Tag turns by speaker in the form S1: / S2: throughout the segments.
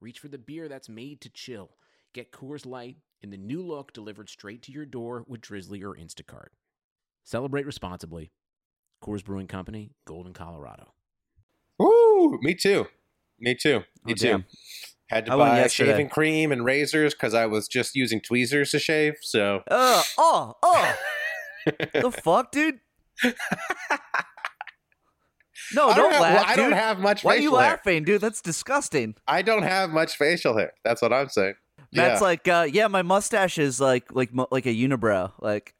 S1: reach for the beer that's made to chill. Get Coors Light in the new look delivered straight to your door with Drizzly or Instacart. Celebrate responsibly. Coors Brewing Company, Golden, Colorado.
S2: Ooh, me too. Me too. Me
S3: Oh,
S2: too.
S3: damn.
S2: Had to
S3: I went
S2: buy
S3: yesterday.
S2: shaving cream and razors because I was just using tweezers to shave. So
S3: Oh, oh, oh. the fuck, dude? No,
S2: I
S3: Oh, don't,
S2: have,
S3: laugh,
S2: I
S3: dude.
S2: don't have much
S3: Why are you
S2: facial hair.
S3: laughing, dude? That's disgusting.
S2: I don't have much facial hair. That's what I'm saying.
S3: That's
S2: yeah.
S3: like, uh, yeah, my mustache is like, like, mu- like a unibrow. Like,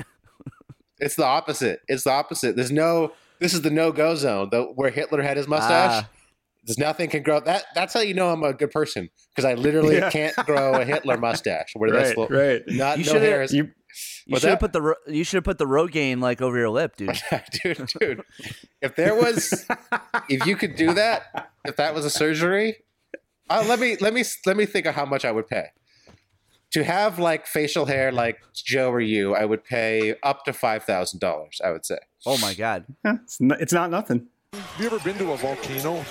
S2: it's the opposite. It's the opposite. There's no. This is the no go zone. The, where Hitler had his mustache.
S3: ah,
S2: There's nothing can grow. That that's how you know I'm a good person because I literally
S4: Yeah.
S2: can't grow a Hitler mustache. Where
S4: right,
S2: that's what-
S4: right.
S2: not
S3: You
S2: no
S3: shoulda-
S2: hair is.
S4: You,
S3: you
S2: What's
S3: should have
S2: that?
S3: put the, Ro- you should have put the Rogaine like over your lip, dude.
S2: dude, dude, if there was, if you could do that, if that was a surgery, uh, let me let me let me think of how much I would pay to have like facial hair like Joe or you. I would pay up to five thousand dollars. I would say.
S3: Oh my god.
S4: it's, not, it's not nothing.
S5: Have you ever been to a volcano?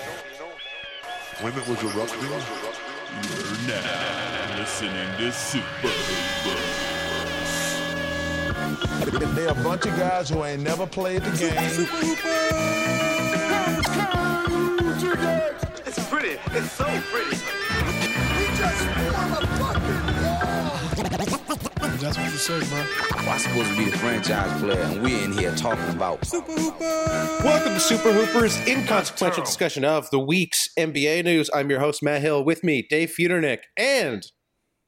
S6: When it was erupting?
S7: You're now listening to Super
S5: They a bunch of guys who ain't never played the game.
S8: I'm supposed to be the franchise player, and we're in here talking about
S2: Welcome to Super Hoopers, inconsequential discussion of the week's NBA news. I'm your host Matt Hill. With me, Dave Futernick, and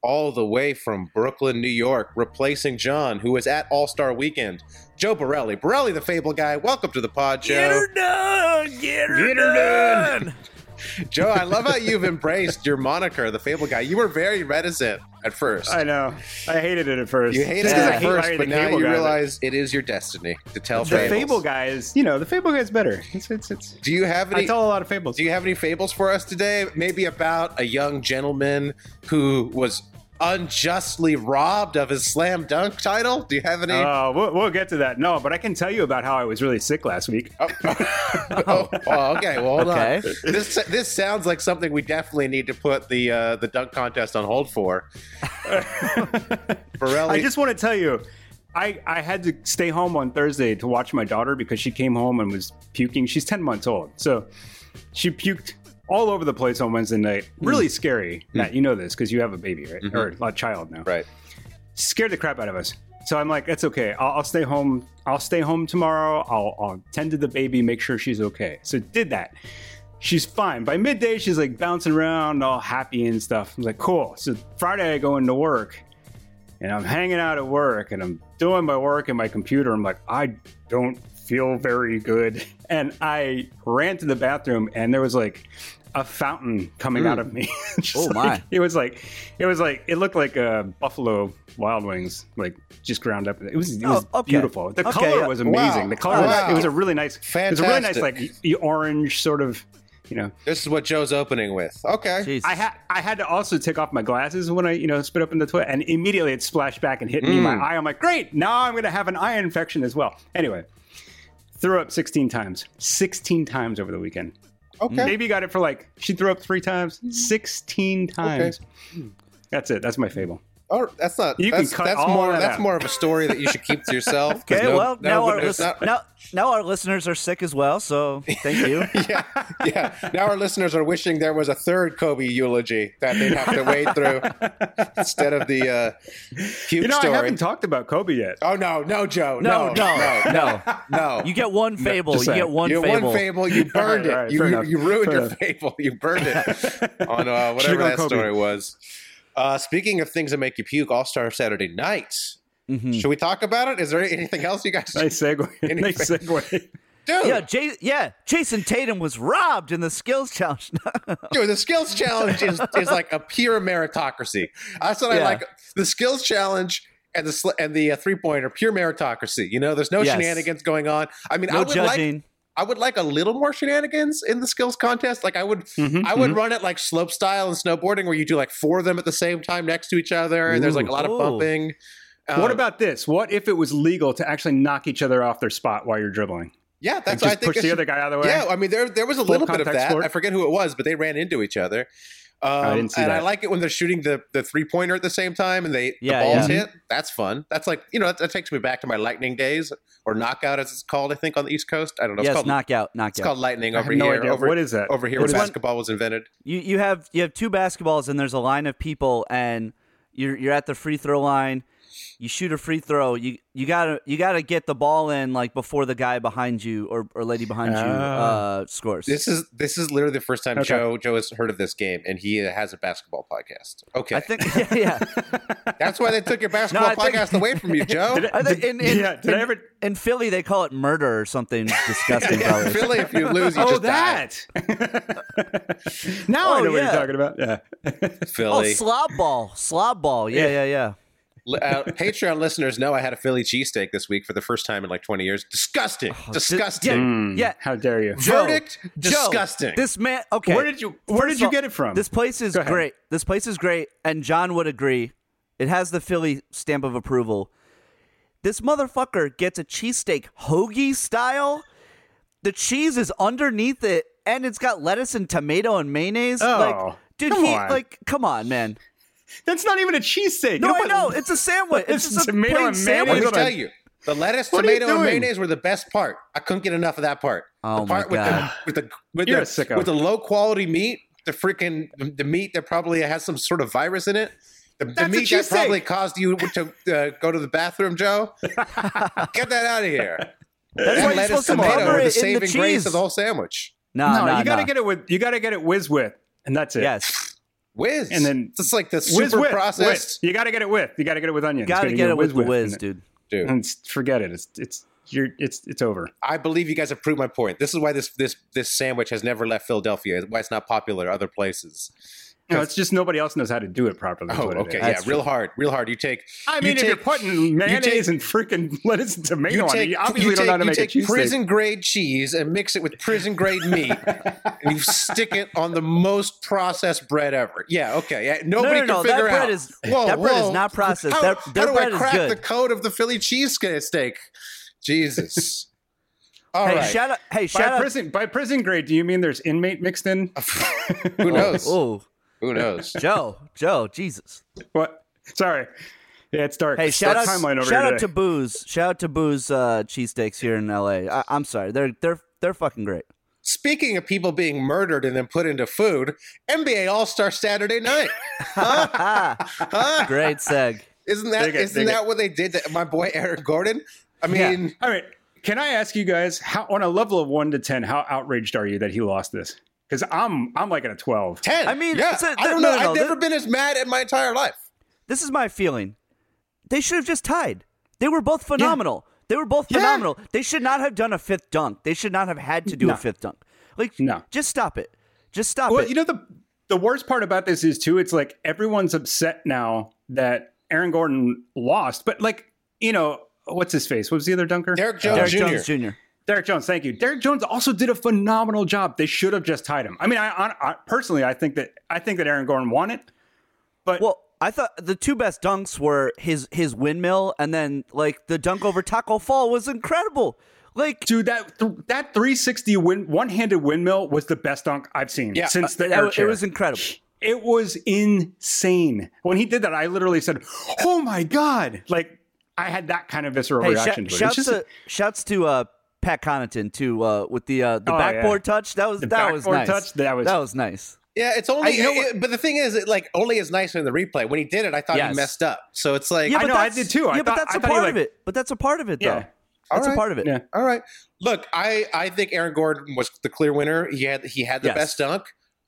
S2: all the way from Brooklyn, New York, replacing John, who was at All Star Weekend. Joe Borelli, Borelli the Fable Guy. Welcome to the pod, Joe.
S3: done. Get her,
S2: done! Joe, I love how you've embraced your moniker, the Fable Guy. You were very reticent at first.
S4: I know. I hated it at first.
S2: you hated
S4: Just
S2: it
S4: 'cause I
S2: at
S4: hate
S2: first,
S4: hiring
S2: but
S4: the
S2: now
S4: cable
S2: you
S4: guy, but
S2: realize it is your destiny to tell
S4: the
S2: fables.
S4: fable guy is, you know, the fable guy is better. It's, it's, it's.
S2: Do you have any?
S4: I tell a lot of fables.
S2: Do you have any fables for us today? Maybe about a young gentleman who was unjustly robbed of his slam dunk title? Do you have any?
S4: Uh, we'll, we'll get to that. No, but I can tell you about how I was really sick last week.
S2: Oh, oh, oh, okay. Well, hold
S3: Okay.
S2: on. This this sounds like something we definitely need to put the uh, the dunk contest on hold for. Borelli,
S4: I just want to tell you, I, I had to stay home on Thursday to watch my daughter because she came home and was puking. She's 10 months old. So she puked all over the place on Wednesday night.
S2: Hmm.
S4: Really scary. Matt, you know this because you have a baby, right?
S2: Mm-hmm.
S4: Or a child now.
S2: right.
S4: Scared the crap out of us. So I'm like, it's okay. I'll, I'll stay home. I'll stay home tomorrow. I'll, I'll tend to the baby, make sure she's okay. So did that. She's fine. By midday, she's like bouncing around, all happy and stuff. I'm like, cool. So Friday, I go into work and I'm hanging out at work and I'm doing my work in my computer. I'm like, I don't feel very good. And I ran to the bathroom and there was like a fountain coming out of me. Just
S3: Oh, my.
S4: like- it was like it was like it looked like a buffalo wild wings, like just ground up. It was it was
S3: Oh, okay.
S4: beautiful. The
S3: Okay,
S4: color
S3: yeah.
S4: was amazing.
S2: Wow.
S4: The color
S2: Wow.
S4: it was a really nice it was a really nice like
S2: Fantastic.
S4: y- orange sort of you know
S2: This is what Joe's opening with. Okay.
S3: Jeez.
S4: I had I had to also take off my glasses when I you know spit up in the toilet, and immediately it splashed back and hit me in my
S2: Mm.
S4: eye. I'm like, great, now I'm going to have an eye infection as well. Anyway, threw up 16 times, 16 times over the weekend.
S2: Okay. Mm.
S4: Baby got it for like she threw up three times, 16 times. That's it. That's my fable.
S2: Oh, that's not.
S4: You can
S2: that's,
S4: cut
S2: that's
S4: all
S2: more.
S4: that
S2: that's
S4: out.
S2: more of a story that you should keep to yourself. 'cause
S3: Okay,
S2: no-
S3: well, now,
S2: no,
S3: our
S2: there's
S3: lis-
S2: not-
S3: now, now our listeners are sick as well, so thank you.
S2: yeah, yeah. Now our listeners are wishing there was a third Kobe eulogy that they'd have to wade through instead of the uh, puke
S4: You know,
S2: story.
S4: I haven't talked about Kobe yet.
S2: oh no, no, Joe, no,
S3: No, no, no.
S2: no.
S3: You get one fable.
S4: just
S3: you get
S4: saying.
S3: one
S2: You had
S3: fable.
S2: one fable. You burned
S4: All
S2: it.
S4: right, fair
S2: You,
S4: enough.
S2: you ruined
S4: Fair
S2: your
S4: enough.
S2: fable. You burned it on uh,
S4: Should've
S2: whatever
S4: gone
S2: that
S4: Kobe.
S2: story was. Uh, speaking of things that make you puke, All Star Saturday night. Should we talk about it? Is there anything else you guys?
S4: Mm-hmm. Nice segue.
S2: Anyway.
S4: nice segue.
S2: Dude,
S3: Yeah, Jay- yeah, Jason Tatum was robbed in the skills challenge.
S2: dude, the skills challenge is, is like a pure meritocracy. That's what I
S3: Yeah.
S2: like. The skills challenge and the sl- and the uh, three pointer, pure meritocracy. You know, there's no
S3: Yes.
S2: shenanigans going on. I mean, I
S3: no
S2: would like
S3: judging.
S2: I would like a little more shenanigans in the skills contest. Like I would I would run it like slope style and snowboarding, where you do like four of them at the same time next to each other, and there's like a lot
S3: Ooh.
S2: of bumping.
S4: What
S2: Um,
S4: about this? What if it was legal to actually knock each other off their spot while you're dribbling?
S2: yeah?
S4: And
S2: That's what I
S4: just
S2: think.
S4: push
S2: it
S4: the
S2: should-
S4: other guy out of the way?
S2: Yeah, I mean there there was a little bit of
S4: contact
S2: that.
S4: sport?
S2: I forget who it was, but they ran into each other. Um,
S4: didn't see
S2: and I
S4: that.
S2: like it when they're shooting the, the three pointer at the same time and they
S3: Yeah,
S2: the balls
S3: yeah.
S2: hit. That's fun. That's like you know that, that takes me back to my lightning days or knockout as it's called. I think on the East Coast. I don't know.
S3: yes,
S2: it's called,
S3: knockout, knockout.
S2: it's called lightning
S4: I have
S2: over
S4: no
S2: here.
S4: idea.
S2: Over,
S4: what is that?
S2: over here
S3: It's
S2: where
S3: one-
S2: basketball was invented.
S3: you you have you have two basketballs and there's a line of people and you're you're at the free throw line. You shoot a free throw. You you gotta you gotta get the ball in like before the guy behind you or, or lady behind you uh, scores.
S2: Oh. This is this is literally the first time
S4: Okay.
S2: Joe Joe has heard of this game, and he has a basketball podcast. Okay,
S3: I think yeah yeah.
S2: that's why they took your basketball
S3: I think-
S2: podcast away from you, Joe.
S4: Did it-
S3: I think
S4: did-
S3: in, in,
S4: yeah, did
S3: in,
S4: I ever?
S3: in Philly they call it murder or something disgusting. probably.
S2: Philly, if you lose, you
S4: Oh,
S2: just die.
S4: that. now I
S3: Oh,
S4: know what you're
S3: yeah.
S4: talking about. Yeah.
S3: Oh,
S2: Philly.
S3: slob ball, slob ball. Yeah, yeah, yeah.
S2: L- uh, Patreon listeners know I had a Philly cheesesteak this week for the first time in like 20 years. Disgusting. disgusting.
S3: Oh, Yeah.
S4: Hmm. How dare you?
S3: Joe,
S2: Verdict,
S3: Joe,
S2: disgusting.
S3: This man. Okay.
S4: Where did you Where
S3: First
S4: did
S3: of
S4: you
S3: all,
S4: get it from?
S3: This place is
S4: Go ahead.
S3: great. This place is great, and John would agree. It has the Philly stamp of approval. This motherfucker gets a cheesesteak hoagie style. The cheese is underneath it, and it's got lettuce and tomato and mayonnaise.
S4: Oh,
S3: like, dude,
S4: come
S3: he
S4: on.
S3: like, come on, man.
S4: That's not even a cheesesteak.
S3: No,
S4: You
S3: I
S4: put-
S3: know it's a sandwich. It's
S4: Lettuce
S3: just a
S4: and tomato
S3: plain
S4: and mayonnaise
S2: Let
S3: sandwich.
S2: me
S4: Hold on.
S2: tell you, the lettuce,
S4: What are you
S2: tomato, and
S4: doing?
S2: mayonnaise were the best part. I couldn't get enough of that part.
S3: Oh
S2: the
S3: my
S2: part
S3: God.
S2: with the with the with
S4: You're
S2: the,
S4: a sicko.
S2: with the low quality meat, the freaking the meat that probably has some sort of virus in it. The, the
S4: That's a
S2: meat that
S4: cheesesteak.
S2: probably caused you to uh, go to the bathroom, Joe. get that out of here. That
S3: That's why you're
S2: lettuce,
S3: supposed to
S2: tomato
S3: cover
S2: were the
S3: it in
S2: saving
S3: the
S2: grace
S3: cheese.
S2: of the whole sandwich.
S3: Nah,
S4: no,
S3: nah,
S4: you got to
S3: nah.
S4: get it with you got to get it whiz with, and that's it.
S3: Yes,
S2: Whiz,
S4: And then-
S2: it's like the
S4: whiz
S2: super
S4: with.
S2: processed.
S4: With. You got to get it with. You got to get it with onions.
S3: gotta
S4: Gotta
S3: get it with the
S4: and
S3: whiz,
S4: it-
S3: dude.
S2: Dude,
S4: And it's- forget it. It's it's you're it's it's over.
S2: I believe you guys have proved my point. This is why this this this sandwich has never left Philadelphia. Why it's not popular other places.
S4: No, it's just nobody else knows how to do it properly. is
S2: Oh,
S4: what it
S2: okay,
S4: is.
S2: yeah,
S3: That's
S2: real hard, real hard. You take.
S4: I mean,
S2: you
S4: if
S2: take-
S4: you're putting mayonnaise
S2: take-
S4: and freaking lettuce and tomato
S2: you
S4: on it,
S2: take,
S4: you obviously
S2: you
S4: don't know how
S2: take,
S4: to
S2: you take
S4: make a cheesesteak.
S2: prison grade cheese and mix it with prison grade meat, and you stick it on the most processed bread ever. Yeah, okay, yeah. Nobody
S3: no, no,
S2: can figure
S3: that bread
S2: out.
S3: is- that bread is not processed.
S2: How,
S3: That-
S2: how
S3: that
S2: do
S3: bread
S2: I
S3: is
S2: crack
S3: good.
S2: the code of the Philly cheesesteak? Jesus. All right.
S3: Hey, shout out! Hey,
S4: By
S3: shout out!
S4: prison by prison grade, do you mean there's inmate mixed in?
S2: Who knows?
S3: Oh,
S2: Who knows?
S3: Joe, Joe, Jesus!
S4: What? Sorry. Yeah, it's dark.
S3: Hey,
S4: It's
S3: shout
S4: dark
S3: out!
S4: timeline over
S3: Shout
S4: here
S3: out
S4: today.
S3: to Booze! Shout out to Booze uh, cheesesteaks here in L.A. I, I'm sorry, they're they're they're fucking great.
S2: Speaking of people being murdered and then put into food, NBA All Star Saturday Night.
S3: Great seg.
S2: Isn't that
S4: Dig it,
S2: isn't
S4: dig
S2: that what they did to my boy Eric Gordon? I
S3: Yeah.
S2: mean,
S4: All right. Can I ask you guys how on a level of one to ten, how outraged are you that he lost this? Because I'm I'm like at a twelve.
S2: ten.
S3: I mean,
S2: yeah,
S3: it's a-
S2: I don't
S3: no,
S2: know.
S3: no, no,
S2: I've never
S3: this-
S2: been as mad in my entire life.
S3: This is my feeling. They should have just tied. They were both phenomenal. They were both phenomenal. They should not have done a fifth dunk. They should not have had to do
S4: No.
S3: a fifth dunk. Like,
S4: No.
S3: just stop it. Just stop
S4: Well,
S3: it.
S4: you know the the worst part about this is too. It's like everyone's upset now that Aaron Gordon lost, but like you know what's his face? What was the other dunker?
S2: Derek Jones
S3: Derek
S2: Jr.
S3: Jones Jr.
S4: Derek Jones. Thank you. Derek Jones also did a phenomenal job. They should have just tied him. I mean, I, I, I personally I think that I think that Aaron Gordon won it.
S3: Well, I thought the two best dunks were his his windmill and then like the dunk over Taco Fall was incredible. Like
S4: Dude, that th- that 360 win- one-handed windmill was the best dunk I've seen
S2: Yeah.
S4: since the
S3: that-
S4: air
S3: uh, it
S4: chair.
S3: was incredible.
S4: It was insane. When he did that, I literally said, "Oh my god!" Like I had that kind of visceral
S3: Hey,
S4: reaction
S3: shout,
S4: to it.
S3: shouts
S4: It's just-
S3: to shouts to uh, Pat Connaughton too uh, with the uh, the
S4: Oh, yeah.
S3: backboard touch. That was
S4: The
S3: that was
S4: backboard
S3: nice.
S4: touch, that was-
S3: nice.
S2: Yeah, it's only. it- but the thing is, it like only is nicer in the replay. When he did it, I thought
S4: Yes.
S2: he messed up. So it's like,
S3: Yeah,
S4: I
S3: but
S4: know, I
S3: that's-
S4: did too.
S3: Yeah,
S4: I
S3: but
S4: thought-
S3: that's
S4: I
S3: a
S4: thought he,
S3: part
S4: like-
S3: of it. But that's a part of it though.
S4: Yeah.
S3: That's
S2: Alright.
S3: a part of it.
S4: Yeah.
S2: all right. Look, I I think Aaron Gordon was the clear winner. He had he had the
S3: Yes.
S2: best dunk.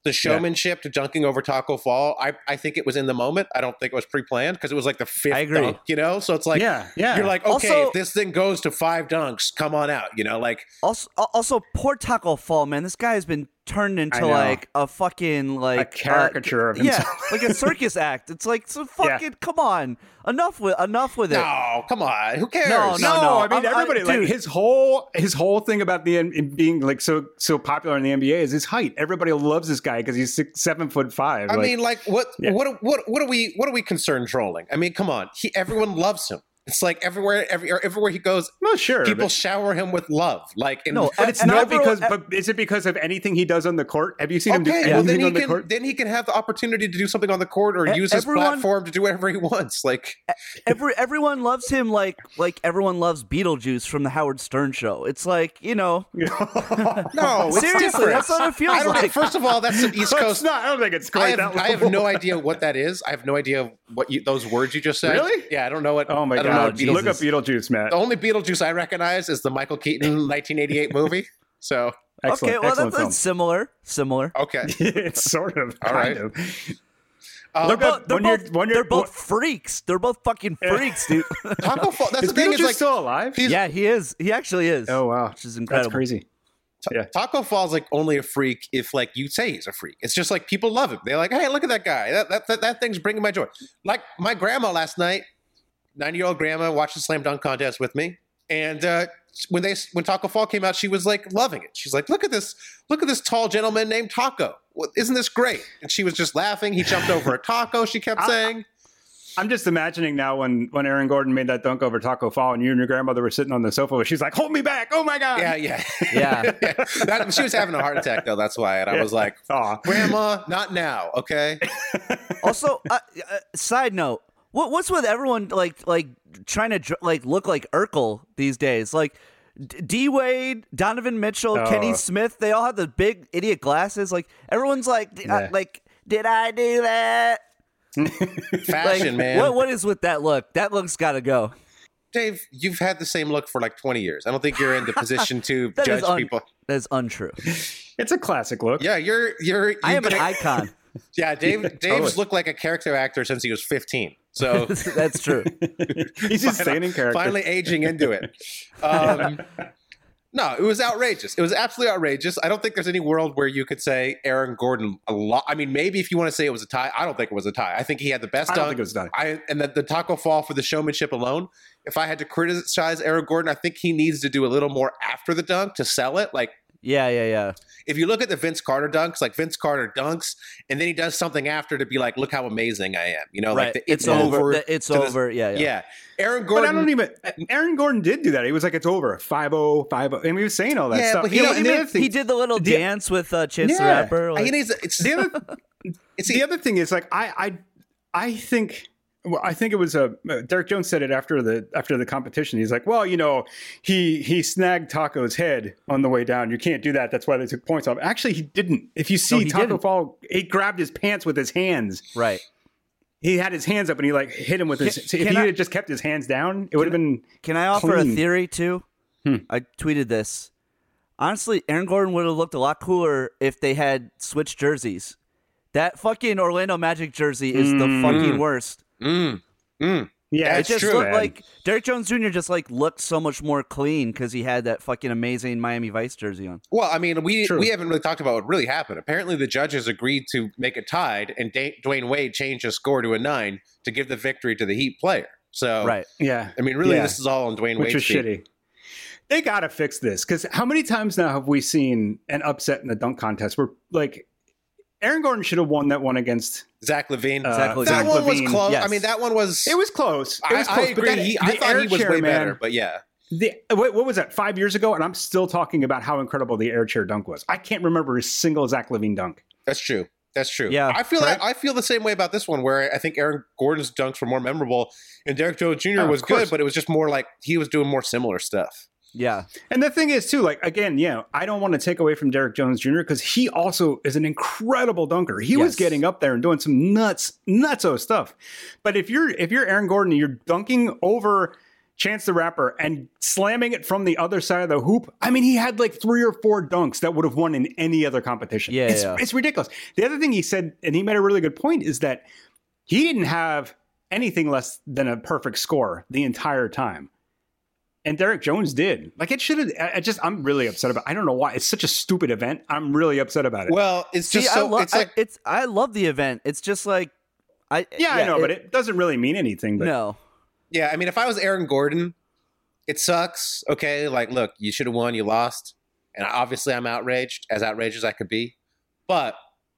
S2: the showmanship to dunking over Taco Fall. I, I think it was in the moment. I don't think it was pre planned because it was like the fifth
S3: I agree.
S2: dunk, you know? So it's like,
S4: Yeah, yeah.
S2: You're like, okay,
S3: Also-
S2: if this thing goes to five dunks, come on out, you know? Like,
S3: Also, al- also, poor Taco Fall, man. This guy has been turned into
S4: know.
S3: like a fucking like uh,
S4: caricature of himself.
S3: Yeah, like a circus act. It's like so fucking. Come on, enough with enough with it.
S2: no, come on. Who cares?
S3: No,
S4: No,
S3: no,
S4: I mean
S3: I'm- I-
S4: everybody. like
S3: dude.
S4: his whole his whole thing about the N- being like so so popular in the NBA is his height. Everybody loves this guy because he's six, seven foot five.
S2: I
S4: like,
S2: mean, like what?
S4: Yeah.
S2: What? What? What are we? What are we concerned trolling? I mean, come on. He, everyone loves him. It's like everywhere, every, everywhere he goes,
S4: well, sure,
S2: people
S4: but-
S2: shower him with love. Like, in,
S3: No,
S4: But it's
S3: And
S4: not
S3: everyone-
S4: because. But is it because of anything he does on the court? Have you seen him do
S2: okay,
S4: anything
S2: well then he
S4: on the
S2: can
S4: court?
S2: then he can have the opportunity to do something on the court or
S3: E-
S2: use
S3: everyone-
S2: his platform to do whatever he wants. Like,
S4: E,
S3: Every everyone loves him like like everyone loves Beetlejuice from the Howard Stern show. It's like you know,
S2: no, it's
S3: Seriously,
S2: different.
S3: that's what it feels
S2: I don't-
S3: like.
S2: First of all, that's an East
S4: No, it's
S2: Coast.
S4: not. I don't think it's
S2: I
S4: quite
S2: have,
S4: that.
S2: I have
S4: level.
S2: no idea what that is. I have no idea what you, those words you just said.
S4: Really?
S2: Yeah, I don't know what.
S4: Oh
S2: I
S4: my
S2: don't know Oh,
S4: god!
S2: what
S4: Look
S2: Beetlejuice
S4: up
S2: is.
S4: Beetlejuice, Matt.
S2: The only Beetlejuice I recognize is the Michael Keaton 1988 movie. So
S4: Excellent,
S3: okay, well that's,
S4: excellent
S3: that's
S4: film. Oh,
S3: similar, similar.
S2: okay,
S4: it's sort of.
S2: All
S4: All
S2: right.
S4: right.
S2: Um,
S3: They're both, they're
S4: when you're-
S3: both,
S4: when you're-
S3: they're both freaks. They're both fucking freaks, dude.
S2: Taco Fall. That's
S4: Is
S2: the thing. Is
S4: Beetlejuice
S2: like
S4: still alive?
S2: he's-
S3: yeah, he is. He actually is.
S4: Oh wow,
S3: which is incredible.
S4: That's crazy.
S2: Taco Fall's like only a freak if like you say he's a freak. It's just like people love him. They're like, hey, look at that guy. That that that, that thing's bringing my joy. Like my grandma last night, ninety year old grandma watched the slam dunk contest with me, and uh, when they when Taco Fall came out, she was like loving it. She's like, look at this, look at this tall gentleman named Taco. What- Isn't this great? And she was just laughing. He jumped over a taco. She kept
S4: I-
S2: saying,
S4: I'm just imagining now when when Aaron Gordon made that dunk over Taco Fall, and you and your grandmother were sitting on the sofa, she's like, "Hold me back! Oh my god!"
S2: yeah, yeah,
S3: Yeah.
S2: That- she was having a heart attack though. That's why. And I was like,
S4: Aw.
S2: Grandma, not now, okay?
S3: also, uh, uh, side note: what, what's with everyone like like trying to dr- like look like Urkel these days? Like D Wade, Donovan Mitchell,
S4: Oh.
S3: Kenny Smith, they all have the big idiot glasses. Like everyone's like d- uh,
S4: Yeah.
S3: like, did I do that? Like,
S2: Fashion, man.
S3: what what is with that look? That look's got to go.
S2: Dave, you've had the same look for like 20 years. I don't think you're in the position to
S3: That is
S2: judge
S3: un-
S2: people.
S3: That is untrue.
S4: It's a classic look.
S2: Yeah, you're you're. you
S3: I am an
S2: gonna-
S3: icon.
S2: Yeah, Dave. Dave's
S4: totally.
S2: looked like a character actor since he was 15. So
S3: That's true.
S4: He's just standing character.
S2: finally aging into it. Um, no, it was outrageous. It was absolutely outrageous. I don't think there's any world where you could say Aaron Gordon a lot. I mean, maybe if you want to say it was a tie, I don't think it was a tie. I think he had the best
S4: I don't
S2: dunk.
S4: think it was done.
S2: I and the, the taco fall for the showmanship alone. If I had to criticize Aaron Gordon, I think he needs to do a little more after the dunk to sell it. Like
S3: Yeah, yeah, yeah.
S2: if you look at the Vince Carter dunks, like Vince Carter dunks, and then he does something after to be like, look how amazing I am. You know, Oh,
S3: right.
S2: like the,
S3: it's over. The- it's
S2: to the-
S3: over. yeah,
S2: yeah.
S3: yeah.
S2: Aaron
S4: but
S2: Gordon.
S4: I don't even. Aaron Gordon did do that. He was like, "It's over." 5-0, 5-0. oh." and he was saying all that
S2: Yeah,
S4: stuff.
S2: but he-
S4: You know,
S2: he
S4: and the
S2: made-
S4: other thing-
S3: He did the little
S4: the-
S3: dance with uh, Chance the
S4: Yeah.
S3: Rapper.
S2: I
S3: like-
S2: mean, he's- it's,
S4: the other,
S2: it's
S4: the other thing is like I I I think well, I think it was a uh, Derek Jones said it after the after the competition. He's like, well, you know, he he snagged Taco's head on the way down. You can't do that. That's why they took points off. Actually, he didn't. If you see
S3: he
S4: Taco
S3: didn't.
S4: Fall, he grabbed his pants with his hands.
S3: right.
S4: He had his hands up and he like hit him with his.
S3: Can-
S4: so if
S3: can
S4: he
S3: I-
S4: had just kept his hands down, it would have been.
S3: Can I offer a
S4: Clean. Hmm.
S3: theory too? I tweeted this. Honestly, Aaron Gordon would have looked a lot cooler if they had switched jerseys. That fucking Orlando Magic jersey is the
S4: Mm-hmm.
S3: fucking worst.
S4: Yeah,
S2: That's
S3: it just
S2: true,
S3: looked
S4: man.
S3: like Derek Jones Jr. just like looked so much more clean because he had that fucking amazing Miami Vice jersey on.
S2: well, I mean, we
S4: True.
S2: we haven't really talked about what really happened. Apparently, the judges agreed to make it tied, and Da- Dwayne Wade changed his score to a nine to give the victory to the Heat player. So,
S3: Right.
S4: Yeah,
S2: I mean, really,
S4: Yeah.
S2: this is all on Dwayne Wade's
S4: which is
S2: feet.
S4: shitty. They gotta fix this because how many times now have we seen an upset in the dunk contest where like Aaron Gordon should have won that one against?
S2: Zach Levine.
S4: Uh,
S3: Zach
S2: that
S3: Levine.
S4: Zach
S2: one
S4: Levine.
S2: was close. I
S3: yes.
S2: mean, that one was.
S4: It was close. It
S2: I,
S4: was
S2: I
S4: close. but
S2: agree.
S4: that-
S2: he, I
S4: the
S2: thought
S4: air
S2: he was
S4: chair,
S2: way
S4: man,
S2: better, but yeah.
S4: the what, what was that? Five years ago, and I'm still talking about how incredible the air chair dunk was. I can't remember a single Zach Levine dunk.
S2: That's true. That's true.
S3: Yeah,
S2: I feel I feel the same way about this one, where I think Aaron Gordon's dunks were more memorable, and Derek Jones Jr.
S4: Oh, of
S2: was good,
S4: course.
S2: but it was just more like he was doing more similar stuff.
S3: Yeah.
S4: And the thing is, too, like again, yeah, I don't want to take away from Derek Jones Jr. because he also is an incredible dunker. He was
S3: Yes.
S4: getting up there and doing some nuts, nutso stuff. But if you're if you're Aaron Gordon, and you're dunking over Chance the Rapper and slamming it from the other side of the hoop. I mean, he had like three or four dunks that would have won in any other competition.
S3: Yeah,
S4: it's,
S3: yeah.
S4: it's ridiculous. The other thing he said, and he made a really good point, is that he didn't have anything less than a perfect score the entire time. And Derek Jones did. Like it should have. I I just, I'm really upset about. I don't know why. It's such a stupid event. I'm really upset about it.
S2: Well, it's
S3: See,
S2: just
S3: I
S2: so
S3: love
S2: it's like
S3: it's I love the event. It's just like I
S4: yeah, I know, but it doesn't really mean anything. But
S3: no.
S2: Yeah, I mean, if I was Aaron Gordon, it sucks. Okay, like, look, you should have won, you lost, and obviously, I'm outraged, as outraged as I could be. But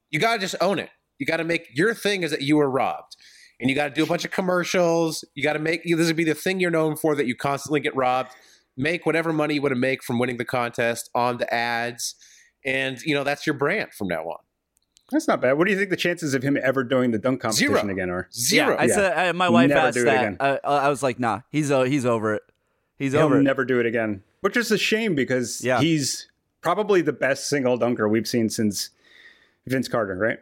S2: you gotta just own it. You gotta make your thing is that you were robbed, and you gotta do a bunch of commercials. You gotta make this would be the thing you're known for that you constantly get robbed. Make whatever money you want to make from winning the contest on the ads, and you know that's your brand from now on.
S4: That's not bad. What do you think the chances of him ever doing the dunk competition
S2: Zero.
S4: again are?
S2: Zero.
S3: I
S4: Yeah.
S3: said I, my wife
S4: Never
S3: asked
S4: do it
S3: that.
S4: again.
S3: I, I was like, nah, he's o- he's over it. He's
S4: He'll
S3: over it.
S4: never do it again, which is a shame because
S3: Yeah.
S4: he's probably the best single dunker we've seen since Vince Carter, right?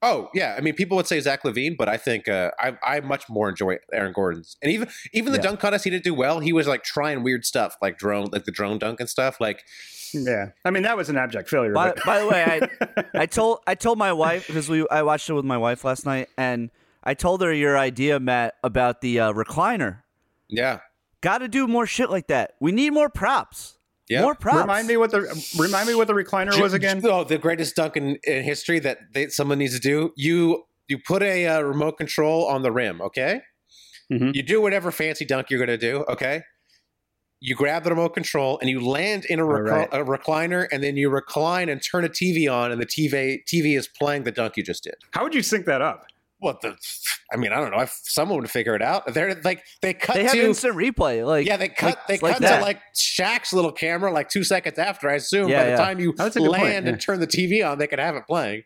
S2: Oh yeah, I mean, people would say Zach Levine, but I think uh, I I much more enjoy Aaron Gordon's, and even even the
S3: Yeah.
S2: dunk contest he didn't do well. He was like trying weird stuff, like drone, like the drone dunk and stuff. Like
S4: Yeah. I mean, that was an abject failure.
S3: By,
S4: but-
S3: by the way, I, I told I told my wife because we I watched it with my wife last night, and I told her your idea, Matt, about the uh, recliner.
S2: yeah,
S3: Got to do more shit like that. We need more props.
S2: Yeah.
S3: more props.
S4: remind me what the remind me what the recliner was again.
S2: Oh, the greatest dunk in, in history that they, someone needs to do. You you put a uh, remote control on the rim, okay?
S4: Mhm.
S2: You do whatever fancy dunk you're gonna do, okay? You grab the remote control and you land in a,
S4: All
S2: recli-
S4: right.
S2: a recliner, and then you recline and turn a TV on, and the TV TV is playing the dunk you just did.
S4: How would you sync that up?
S2: what the i mean i don't know if someone would figure it out they're like they cut
S3: They have
S2: to
S3: instant replay. Like
S2: yeah they cut they
S3: like
S2: cut
S3: that.
S2: to like Shaq's little camera like two seconds after i assume
S3: Yeah,
S2: by the
S3: yeah.
S2: time you
S4: Oh, That's a good
S2: land
S4: point, yeah.
S2: and turn the tv on they could have it playing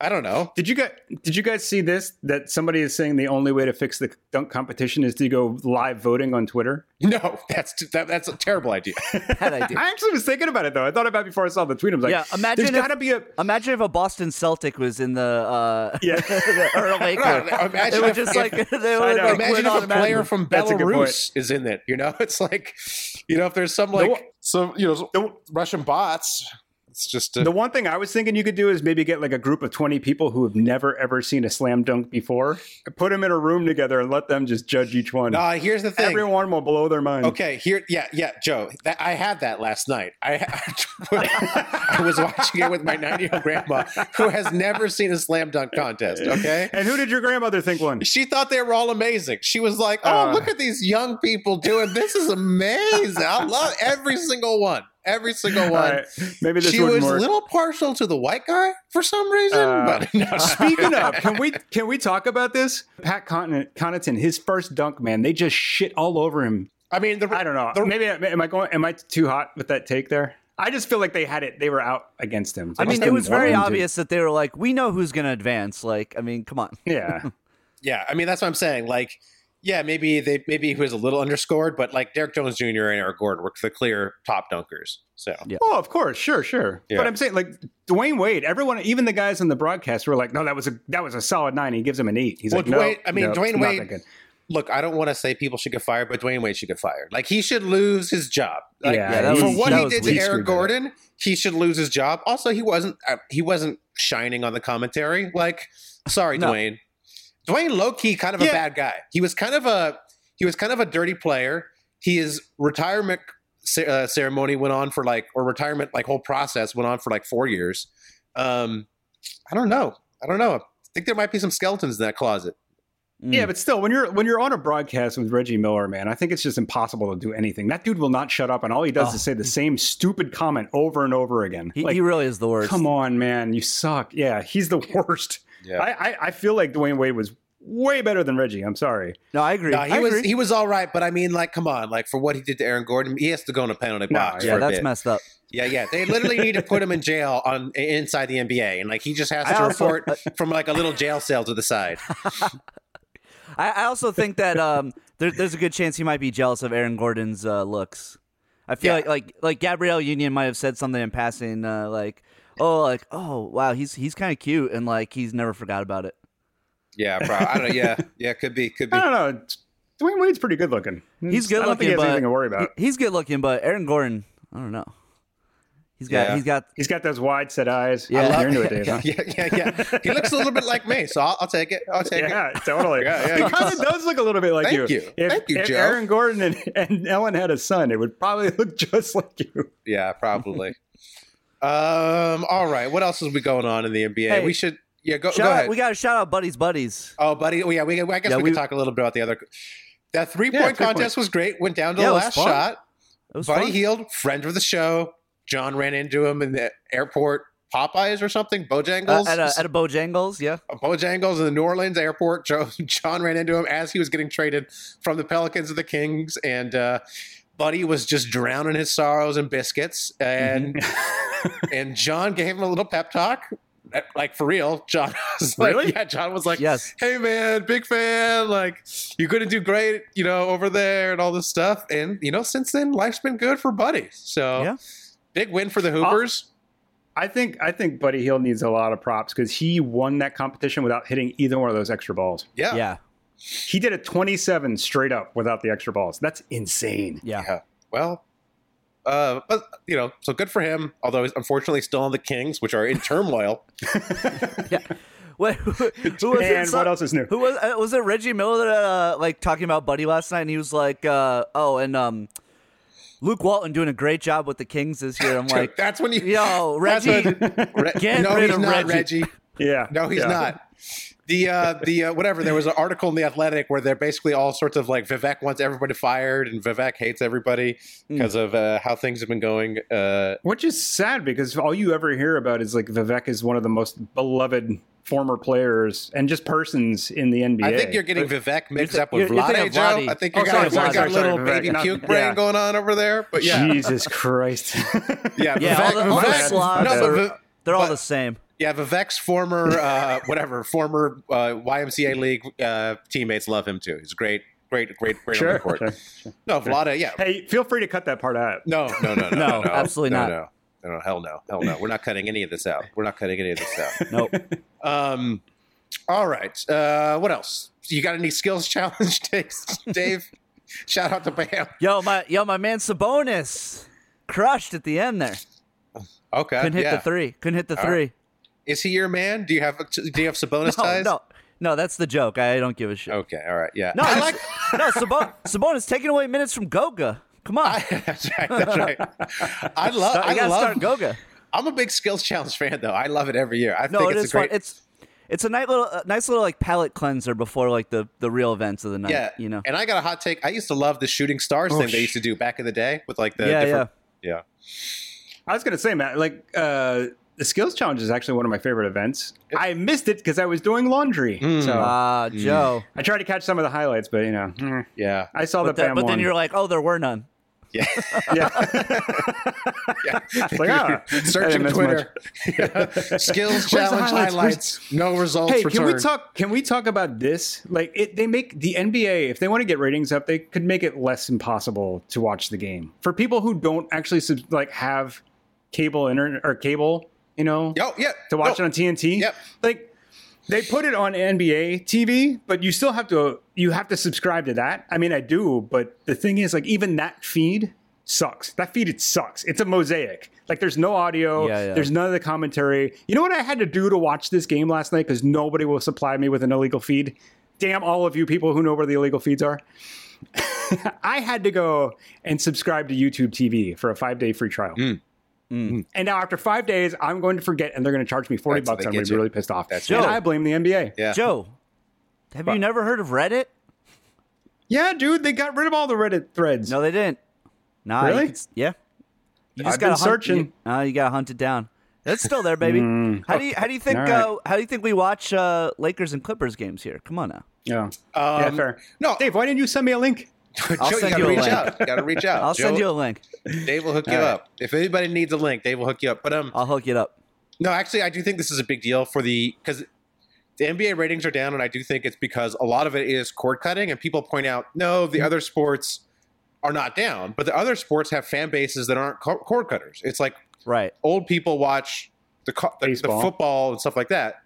S2: i don't know
S4: Did you guys did you guys see this? That somebody is saying the only way to fix the dunk competition is to go live voting on Twitter.
S2: no that's t- that, that's a terrible idea
S3: that idea.
S4: I actually was thinking about it though. I thought about it before I saw the tweet. I was like,
S3: Yeah, imagine
S4: there's
S3: if-
S4: gotta be a
S3: Imagine if a Boston Celtic was in the uh,
S4: Yeah.
S3: the Earl Baker.
S2: No,
S3: they
S2: imagine
S3: were
S2: if- if-
S3: just like they
S4: I
S3: would
S4: know.
S3: like
S2: imagine if
S3: win
S2: a player
S3: automatically.
S2: from
S4: That's a good
S2: belarus is in it you know it's like you know if there's some like some you know some russian bots it's just a,
S4: The one thing I was thinking you could do is maybe get like a group of 20 people who have never ever seen a slam dunk before, put them in a room together and let them just judge each one.
S2: nah, here's the thing
S4: Everyone will blow their mind.
S2: Okay, here, yeah, yeah, Joe. That, I had that last night. I, I was watching it with my ninety-year-old grandma, who has never seen a slam dunk contest. Okay,
S4: And who did your grandmother think won?
S2: she thought they were all amazing. She was like, "Oh,
S4: Uh.
S2: look at these young people doing this! Is amazing! I love every single one, every single
S4: All
S2: one."
S4: right, maybe this
S2: She
S4: one
S2: was
S4: more.
S2: a little partial to the white guy for some reason,
S4: Uh,
S2: but no.
S4: Speaking of, can we can we talk about this? Pat Connaughton, Connaughton, his first dunk, man, they just shit all over him.
S2: I mean, the,
S4: I don't know.
S2: The,
S4: Maybe am I going? Am I too hot with that take there? I just feel like they had it. They were out against him.
S3: I mean,
S4: They just
S3: it
S4: didn't
S3: was
S4: want
S3: very
S4: him to-
S3: obvious that they were like, we know who's gonna advance. Like, I mean, come on.
S4: Yeah.
S2: Yeah, I mean that's what I'm saying. Like, yeah, maybe they maybe he was a little underscored, but like Derek Jones Jr. and Eric Gordon were the clear top dunkers. So
S3: Yeah.
S4: Oh, of course, sure, sure.
S2: Yeah.
S4: But I'm saying, like Dwayne Wade, everyone, even the guys on the broadcast were like, "No, that was a that was a solid nine. He gives him an eight. He's
S2: Well,
S4: like, "No,
S2: Dwayne- I mean,
S4: no,
S2: Dwayne
S4: it's not
S2: Wade-
S4: that good."
S2: look, I don't want to say people should get fired, but Dwayne Wade should get fired. Like he should lose his job. Like,
S4: Yeah,
S3: Yeah, that
S2: for
S3: was-
S2: what
S3: that
S2: he
S3: was
S2: did
S4: weak.
S2: to
S4: Screwed
S2: Eric
S4: that up.
S2: Gordon, he should lose his job. Also, he wasn't uh, he wasn't shining on the commentary. Like, sorry,
S3: No.
S2: Dwayne. Dwayne low key kind of a
S4: Yeah.
S2: bad guy. He was kind of a he was kind of a dirty player. His retirement ce- uh, ceremony went on for like or retirement like whole process went on for like four years. Um, I don't know. I don't know. I think there might be some skeletons in that closet.
S3: Mm.
S4: Yeah, but still, when you're when you're on a broadcast with Reggie Miller, man, I think it's just impossible to do anything. That dude will not shut up, and all he does
S3: Oh.
S4: is say the same stupid comment over and over again.
S3: He,
S4: Like,
S3: he really is the worst.
S4: come on, man, you suck. Yeah, he's the worst.
S2: Yeah.
S4: I, I I feel like Dwayne Wade was way better than Reggie. I'm sorry.
S3: No, I agree.
S2: No, he
S3: I
S2: was
S3: agree.
S2: he was all right, but I mean, like, come on, like for what he did to Aaron Gordon, he has to go in a penalty
S4: No,
S2: box. for
S4: yeah,
S3: yeah,
S2: a
S3: that's
S2: bit.
S3: messed up.
S2: Yeah, yeah, they literally need to put him in jail on inside the NBA, and like he just has
S3: I
S2: to
S3: also-
S2: report from like a little jail cell to the side.
S3: I, I also think that um, there, there's a good chance he might be jealous of Aaron Gordon's uh, looks. I feel
S2: Yeah.
S3: like like like Gabrielle Union might have said something in passing, uh, like, "Oh, like, oh, wow, he's he's kind of cute," and like he's never forgot about it.
S2: Yeah, probably. I don't know. Yeah, yeah, could be, could be.
S4: I don't know. Dwayne Wade's pretty good looking.
S2: Mm,
S3: He's good
S4: I don't
S3: looking,
S4: think he has
S3: but
S4: anything to worry about.
S3: he- he's good looking, but Aaron Gordon, I don't know. He's got
S2: Yeah.
S3: he's got
S4: He's got those wide set eyes.
S3: Yeah. I love-
S4: You're into it, Dave. huh?
S2: yeah, yeah, yeah. He looks a little bit like me, so I'll, I'll take it. I'll take it.
S4: Yeah, totally.
S2: Yeah, yeah.
S4: He kind of does look a little bit like
S2: Thank you.
S4: If,
S2: Thank you,
S4: if
S2: Joe.
S4: Aaron Gordon and, and Ellen had a son, it would probably look just like you.
S2: Yeah, probably. um. All right. What else is we going on in the NBA?
S3: Hey,
S2: we should. Yeah. Go.
S3: shout
S2: go
S3: out-
S2: ahead.
S3: we got to shout out buddies buddies.
S2: oh, buddy. oh, yeah. We. I guess
S3: Yeah,
S2: we,
S3: we-
S2: can talk a little bit about the other. That three
S4: Yeah,
S2: point
S4: three
S2: contest was great. Went down to
S3: Yeah,
S2: the
S3: it was
S2: last
S3: fun.
S2: shot.
S3: It was
S2: Buddy
S3: fun.
S2: Healed, friend of the show. John ran into him in the airport, Popeyes or something,
S3: Uh,
S2: Bojangles.
S3: at a at a Bojangles, yeah.
S2: Bojangles in the New Orleans airport. Joe, John ran into him as he was getting traded from the Pelicans to the Kings, and uh, Buddy was just drowning his sorrows in biscuits. And
S3: Mm-hmm.
S2: and John gave him a little pep talk, Uh, like for real. John was like,
S4: Really?
S2: yeah. John was like,
S3: Yes.
S2: hey man, big fan. Like you're gonna do great, you know, over there and all this stuff. And you know, since then, life's been good for Buddy. So
S3: Yeah.
S2: big win for the Hoopers.
S4: I think I think Buddy Hill needs a lot of props because he won that competition without hitting either one of those extra balls.
S2: yeah. yeah,
S3: Yeah.
S4: He did a 27 straight up without the extra balls. That's insane.
S3: Yeah.
S2: Well. Uh, but you know, so good for him. Although he's unfortunately still on the Kings, which are in turmoil.
S3: Wait, who, who was it?
S4: And
S3: So-
S4: what else is new?
S3: Who was uh, was it? Reggie Miller that uh, like talking about Buddy last night, and he was like, uh, "Oh, and um, Luke Walton doing a great job with the Kings this year." I'm like,
S2: That's when you,
S3: "Yo,
S2: that's
S3: Reggie,
S2: when- Re-
S3: get
S2: no,
S3: rid
S2: he's
S3: of
S2: not
S3: Reggie."
S2: Reggie.
S4: Yeah.
S2: No, he's
S4: Yeah.
S2: not. The uh, the uh, whatever. There was an article in the Athletic where they're basically all sorts of like Vivek wants everybody fired and Vivek hates everybody
S3: Hmm.
S2: because of uh, how things have been going. Uh,
S4: Which is sad because all you ever hear about is like Vivek is one of the most beloved former players and just persons in the NBA.
S2: I think you're getting Vivek mixed
S3: thi-
S2: up with
S3: you're- you're
S2: Vlade,
S3: thinking of
S2: Joe.
S3: Vlade.
S2: I think
S3: Oh,
S2: you got,
S3: sorry,
S2: you got
S4: sorry,
S2: a little
S4: sorry, Vivek,
S2: baby
S4: not-
S2: puke
S4: yeah.
S2: brain going on over there. But yeah,
S4: Jesus Christ.
S2: yeah,
S3: Yeah, all
S2: Vivek-
S3: the, all the
S2: Vivek-
S3: slobs
S2: no, but
S3: are,
S2: Vi-
S3: they're all
S2: but-
S3: the same.
S2: Yeah, Vivek's former uh, whatever former uh, YMCA league uh, teammates love him too. He's great, great, great, great on the
S4: Sure,
S2: court.
S4: sure,
S2: No, Vlada, yeah.
S4: hey, feel free to cut that part out.
S2: No, no, no, no,
S3: No,
S2: no, no,
S3: absolutely
S2: no,
S3: not.
S2: No, no, no, hell no, hell no. We're not cutting any of this out. We're not cutting any of this out.
S3: Nope.
S2: Um, all right. Uh, what else? You got any skills challenge takes, Dave? Shout out to Bam.
S3: yo, my yo, my man Sabonis crushed at the end there.
S2: Okay,
S3: Couldn't hit
S2: Uh, yeah.
S3: the three. Couldn't hit the
S2: right.
S3: three.
S2: Is he your man? Do you have do you have Sabonis
S3: No,
S2: ties?
S3: no, no. That's the joke. I don't give a shit.
S2: Okay, all right, yeah.
S3: No,
S2: I
S3: it's-
S2: like
S3: no. Sabon- Sabonis taking away minutes from Goga. Come on,
S2: I, that's right. That's right. I love.
S3: Start- you
S2: I
S3: gotta
S2: love.
S3: start Goga.
S2: I'm a big skills challenge fan, though. I love it every year. I
S3: No,
S2: think
S3: it
S2: it's
S3: is
S2: a great.
S3: fun. It's it's a nice little, a nice little like palate cleanser before like the the real events of the night.
S2: yeah,
S3: you know. Oh,
S2: And I got a hot take. I used to love the shooting stars thing they used to do back in the day with like the
S3: yeah,
S2: different. Yeah.
S4: I was gonna say, Matt, like uh, the skills challenge is actually one of my favorite events. I missed it because I was doing laundry, so
S2: Hmm.
S3: yeah. Ah, Joe.
S4: I tried to catch some of the highlights, but you know, mm,
S2: Yeah.
S4: I saw
S3: But,
S4: the
S3: that-
S4: fam
S3: but
S4: one.
S3: then you're like, oh, there were none.
S4: yeah,
S2: Yeah.
S4: It's like, ah, I didn't
S2: Searching
S4: miss
S2: Twitter. Skills
S4: the
S2: challenge
S4: highlights?
S2: highlights? No results.
S4: Hey, can we
S2: returned.
S4: talk? Can we talk about this? Like, it, they make the NBA if they want to get ratings up, they could make it less impossible to watch the game for people who don't actually sub- like have cable internet or cable. You know,
S2: Yo, yeah. Oh.
S4: to watch
S2: no.
S4: it on TNT.
S2: Yep.
S4: Like they put it on NBA TV, but you still have to you have to subscribe to that. I mean, I do, but the thing is, like even that feed sucks. That feed it sucks. It's a mosaic. Like there's no audio.
S3: Yeah, yeah.
S4: There's none of the commentary. You know what I had to do to watch this game last night because nobody will supply me with an illegal feed. Damn all of you people who know where the illegal feeds are. I had to go and subscribe to YouTube TV for a five day free trial.
S2: Mm.
S4: And now after five days, I'm going to forget, and they're going to charge me forty
S2: That's how
S4: bucks.
S2: they
S4: I'm going
S2: get
S4: to be
S2: you.
S4: really pissed off.
S2: That's
S4: and
S3: right.
S4: I blame the NBA.
S2: Yeah.
S3: Joe, have you never heard of Reddit?
S4: Yeah, dude, they got rid of all the Reddit threads.
S3: No, they didn't. Nah, you
S4: Really?
S3: could s- yeah. You
S4: I've been
S3: hunt,
S4: searching.
S3: You, uh, you gotta hunt it down. That's still there, baby. how do you how do you think
S4: All right.
S3: uh, how do you think we watch uh, Lakers and Clippers games here? Come on now.
S4: Yeah, yeah,
S2: Um,
S4: fair.
S2: no.
S4: Dave, why didn't you send me a link?
S2: Joe,
S3: I'll
S2: you
S3: send
S2: gotta
S3: you a
S2: reach
S3: link.
S2: out. You gotta reach out.
S3: I'll send
S2: Oh, Joe,
S3: you a link.
S2: Dave will hook you up. If anybody needs a link, Dave will hook you up. But um,
S3: I'll hook it up.
S2: No, actually, I do think this is a big deal for the because the NBA ratings are down, and I do think it's because a lot of it is cord cutting, and people point out no, the other sports are not down, but the other sports have fan bases that aren't co- cord cutters. It's like
S3: Right.
S2: old people watch the co- the, the
S4: Baseball.
S2: football and stuff like that.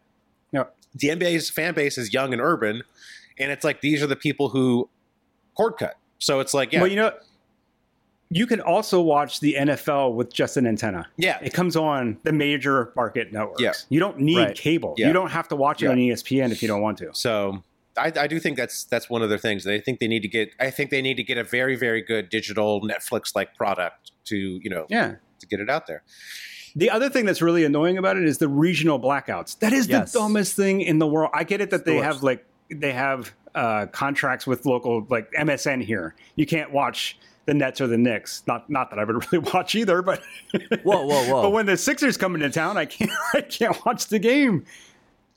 S4: Yeah.
S2: The NBA's fan base is young and urban, and it's like these are the people who cord cut. So it's like, yeah,
S4: Well, you know, you can also watch the NFL with just an antenna.
S2: Yeah.
S4: It comes on the major market networks.
S2: Yeah.
S4: You don't need
S3: Right.
S4: cable.
S2: Yeah.
S4: You don't have to watch it
S2: Yeah.
S4: on E ESPN if you don't want to.
S2: So I, I do think that's that's one of their things. They think they need to get. I think they need to get a very very good digital Netflix like product to you know
S4: Yeah.
S2: to get it out there.
S4: The other thing that's really annoying about it is the regional blackouts. That is
S3: Yes.
S4: the dumbest thing in the world. I get it that
S3: the
S4: they
S3: worst.
S4: have like they have uh, contracts with local like MSN here. You can't watch the Nets or the Knicks. Not not that I would really watch either, but
S3: Whoa,
S2: Oh,
S3: whoa, whoa.
S4: But when the Sixers come into town, I can't I can't watch the game.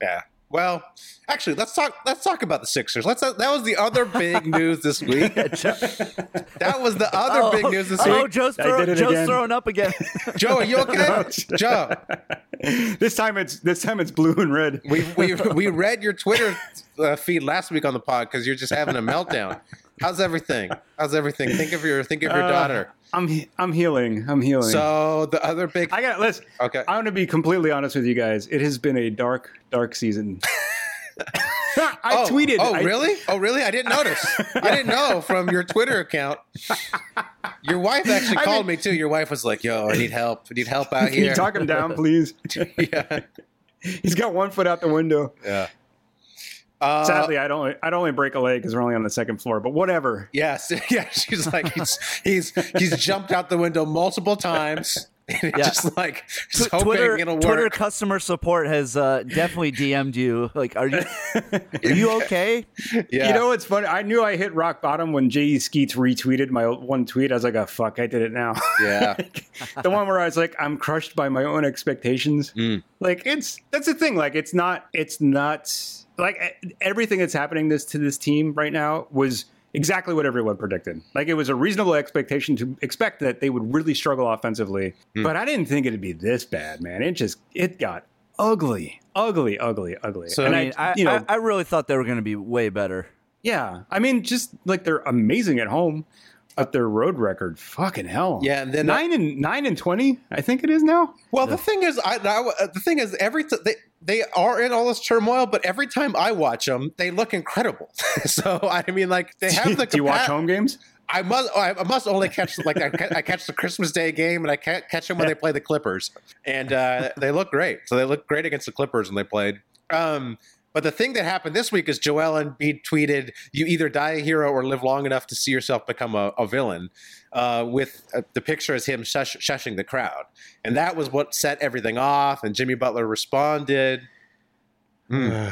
S2: Yeah. Well, actually, let's talk. Let's talk about the Sixers. Let's. That was the other big news this week. that was the other big news this
S3: oh,
S2: week.
S3: Joe's,
S4: I
S3: throw,
S4: did it
S3: Joe's
S4: again.
S3: throwing up again.
S2: Joe, are you okay? Joe,
S4: this time it's this time it's blue and red.
S2: we we we read your Twitter uh, feed last week on the pod because you're just having a meltdown. How's everything? How's everything? Think of your think of
S4: Uh,
S2: your daughter.
S4: I'm he- I'm healing. I'm healing.
S2: So the other big
S4: I got let's
S2: Okay.
S4: I want to be completely honest with you guys. It has been a dark, dark season. I
S2: oh,
S4: tweeted.
S2: Oh,
S4: I-
S2: really? Oh, really? I didn't notice. I didn't know from your Twitter account. Your wife actually
S4: I
S2: called
S4: mean-
S2: me too. Your wife was like, "Yo, I need help. I need help out
S4: Can
S2: here."
S4: you talk him down, please?
S2: yeah.
S4: He's got one foot out the window.
S2: yeah. Uh,
S4: Sadly, I'd only I'd only break a leg because we're only on the second floor. But whatever.
S2: yes, yeah. She's like, he's he's he's jumped out the window multiple times. And it's
S3: Yeah.
S2: Just like just
S3: Tw-
S2: hoping
S3: Twitter,
S2: it'll work.
S3: Twitter customer support has uh, definitely DM'd you. Like, are you are you okay?
S2: yeah.
S4: You know what's funny? I knew I hit rock bottom when J.E. Skeets retweeted my one tweet. I was like, oh, fuck, I did it now.
S2: yeah.
S4: the one where I was like, I'm crushed by my own expectations. Like it's that's the thing. Like it's not it's not like e- everything that's happening this to this team right now was exactly what everyone predicted. Like it was a reasonable expectation to expect that they would really struggle offensively. But I didn't think it'd be this bad, man. It just it got ugly, ugly, ugly, ugly.
S2: So,
S3: I
S4: and I,
S3: mean, I,
S4: you know,
S3: I, I really thought they were going to be way better.
S4: yeah. I mean, just like they're amazing at home. But their road record, fucking hell.
S2: Yeah, and then- uh,
S4: nine and nine and twenty, I think it is now.
S2: Well, the thing is, I, I- uh, the thing is, every t- they they are in all this turmoil, but every time I watch them, they look incredible. so I mean, like they have the.
S4: do you watch
S2: capa-
S4: home games?
S2: I must. oh, I I must only catch like I, ca- I catch the Christmas Day game, and I ca- catch them when they play the Clippers, and uh, they look great. So they look great against the Clippers when they played. Um, but the thing that happened this week is Joel Embiid tweeted, "You either die a hero or live long enough to see yourself become a, a villain." Uh, with uh, the picture is him shush, shushing the crowd, and that was what set everything off. And Jimmy Butler responded. Hmm.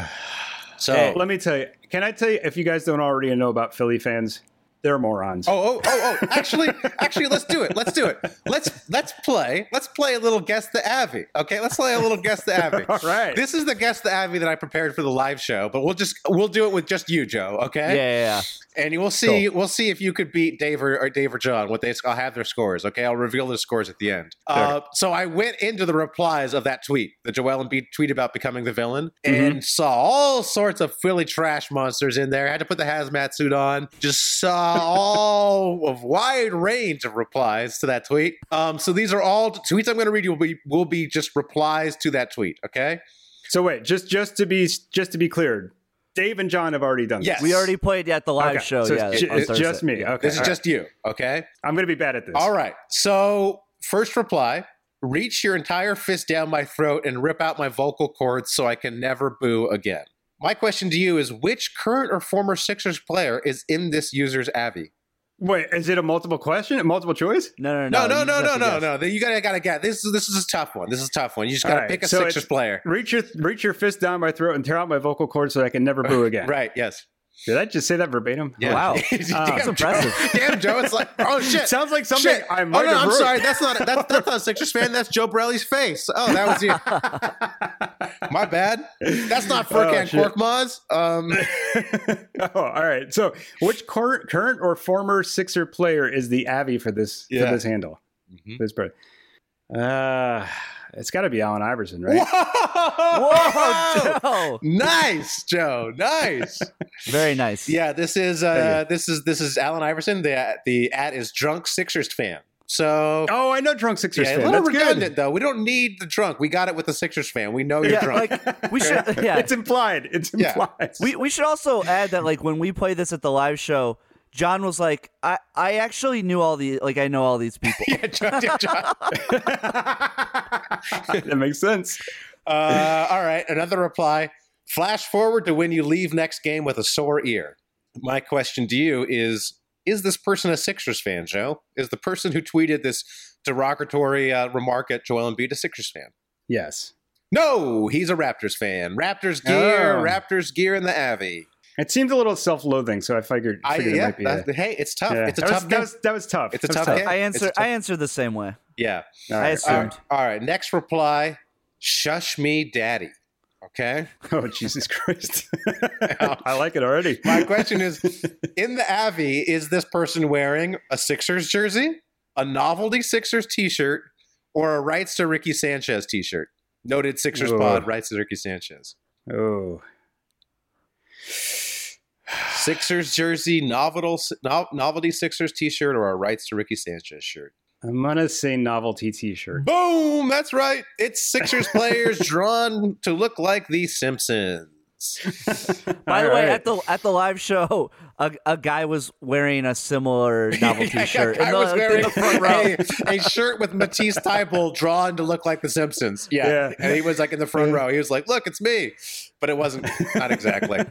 S2: So.
S4: Hey, let me tell you. Can I tell you if you guys don't already know about Philly fans, they're morons.
S2: Oh, oh, oh, oh! Actually, actually, let's do it. Let's do it. Let's let's play. Let's play a little guess the Abby. Okay, let's play a little guess the Abby.
S4: All right.
S2: This is the guess the Abby that I prepared for the live show, but we'll just we'll do it with just you, Joe.
S3: Yeah,
S2: Okay.
S3: yeah,
S2: And we'll see we'll see if you could beat Dave or, or Dave or John. What they I'll have their scores. Okay, I'll reveal their scores at the end. Uh, so I went into the replies of that tweet, the Joel Embiid tweet about becoming the villain, and saw all sorts of Philly trash monsters in there. had to put the hazmat suit on. Just saw all of wide range of replies to that tweet. Um, so these are all tweets I'm going to read. You will be will be just replies to that tweet. Okay.
S4: So wait, just just to be just to be clear, Dave and John have already done this.
S2: Yes.
S3: yeah. We already played at the live
S4: Okay,
S3: show.
S4: so
S3: yeah,
S4: it's, ju-
S3: on
S4: it's
S3: Thursday.
S4: just me. Okay,
S2: This is just you. Okay.
S4: I'm gonna be bad at this.
S2: All right. So, first reply reach your entire fist down my throat and rip out my vocal cords so I can never boo again. My question to you is which current or former Sixers player is in this user's Abby?
S4: Wait, is it a multiple question? A multiple choice?
S3: No,
S2: No,
S3: no, no,
S2: no, no,
S3: you just
S2: no,
S3: have to
S2: no,
S3: guess.
S2: no. You gotta gotta get this is this is a tough one. This is a tough one. You just
S4: All
S2: gotta
S4: right,
S2: pick a
S4: so it's-
S2: Sixers player.
S4: Reach your reach your fist down my throat and tear out my vocal cords so I can never boo again.
S2: Right, yes.
S4: Did I just say that verbatim?
S2: Yeah.
S3: Wow. Uh,
S2: Damn,
S3: impressive.
S2: Joe. Damn, Joe. It's like, oh shit.
S4: Sounds like something
S2: Shit.
S4: I
S2: Oh
S4: might
S2: no,
S4: have
S2: I'm
S4: wrote.
S2: sorry. That's not that's that's not a Sixers fan. That's Joe Brelli's face. Oh, that was you. My bad. That's not Furkan
S4: Oh, shit.
S2: Korkmaz. Um,
S4: oh, all right. So, which current, current or former Sixer player is the Avi for this
S2: Yeah.
S4: for this handle? This bird. Uh, it's got to be Allen Iverson, right?
S3: Whoa, Joe!
S2: nice, Joe. Nice.
S3: Very nice.
S2: Yeah, this is uh, this is this is Allen Iverson. The the at is drunk Sixers fan. So.
S4: Oh, I know drunk Sixers
S2: Yeah, a
S4: fan.
S2: little
S4: That's
S2: redundant
S4: good.
S2: though. We don't need the drunk. We got it with the Sixers fan. We know you're
S3: yeah.
S2: drunk.
S3: Like we should. Yeah,
S4: It's implied. It's
S2: Yeah.
S4: implied.
S3: we we should also add that like when we play this at the live show, John was like, I, I actually knew all the like I know all these people.
S2: John, John, John.
S4: that makes sense.
S2: Uh, all right, another reply. Flash forward to when you leave next game with a sore ear. My question to you is Is this person a Sixers fan, Joe? Is the person who tweeted this derogatory uh, remark at Joel Embiid a Sixers fan?
S4: Yes.
S2: No, he's a Raptors fan. Raptors gear,
S4: Oh.
S2: Raptors gear in the Abbey.
S4: It seemed a little self-loathing, so I figured,
S2: I,
S4: figured it
S2: yeah,
S4: might be.
S2: that-
S4: a-
S2: hey, it's tough.
S4: yeah.
S2: It's a
S4: that
S2: tough
S4: was,
S2: game.
S4: that was that was tough.
S2: It's a
S4: That
S2: tough
S4: was
S2: game.
S3: I
S2: It's
S3: answered
S2: tough.
S3: I answered the same way.
S2: Yeah.
S4: All
S3: I
S4: right.
S2: All
S3: assumed.
S2: right. All right. Next reply. Shush me, daddy. Okay.
S4: Oh Jesus Christ! I like it already.
S2: My question is in the Abbey, is this person wearing a Sixers jersey, a novelty Sixers t shirt, or a rights to Ricky Sanchez t shirt? Noted Sixers
S4: Ooh.
S2: pod, rights to Ricky Sanchez.
S4: Oh,
S2: Sixers jersey, novelty, no, novelty Sixers t shirt, or a rights to Ricky Sanchez shirt.
S4: I'm gonna say novelty T-shirt.
S2: Boom! That's right. It's Sixers players drawn to look like the Simpsons.
S3: By the
S4: All
S3: way,
S4: right.
S3: at the at the live show, a, a guy was wearing a similar novelty
S2: Yeah,
S3: shirt.
S2: I
S3: in the,
S2: was
S3: in the
S2: wearing
S3: front row.
S2: a, a shirt with Matisse Thybulle drawn to look like The Simpsons. Yeah.
S4: Yeah.
S2: And he was like in the front row. He was like, look, it's me. But it wasn't, not exactly.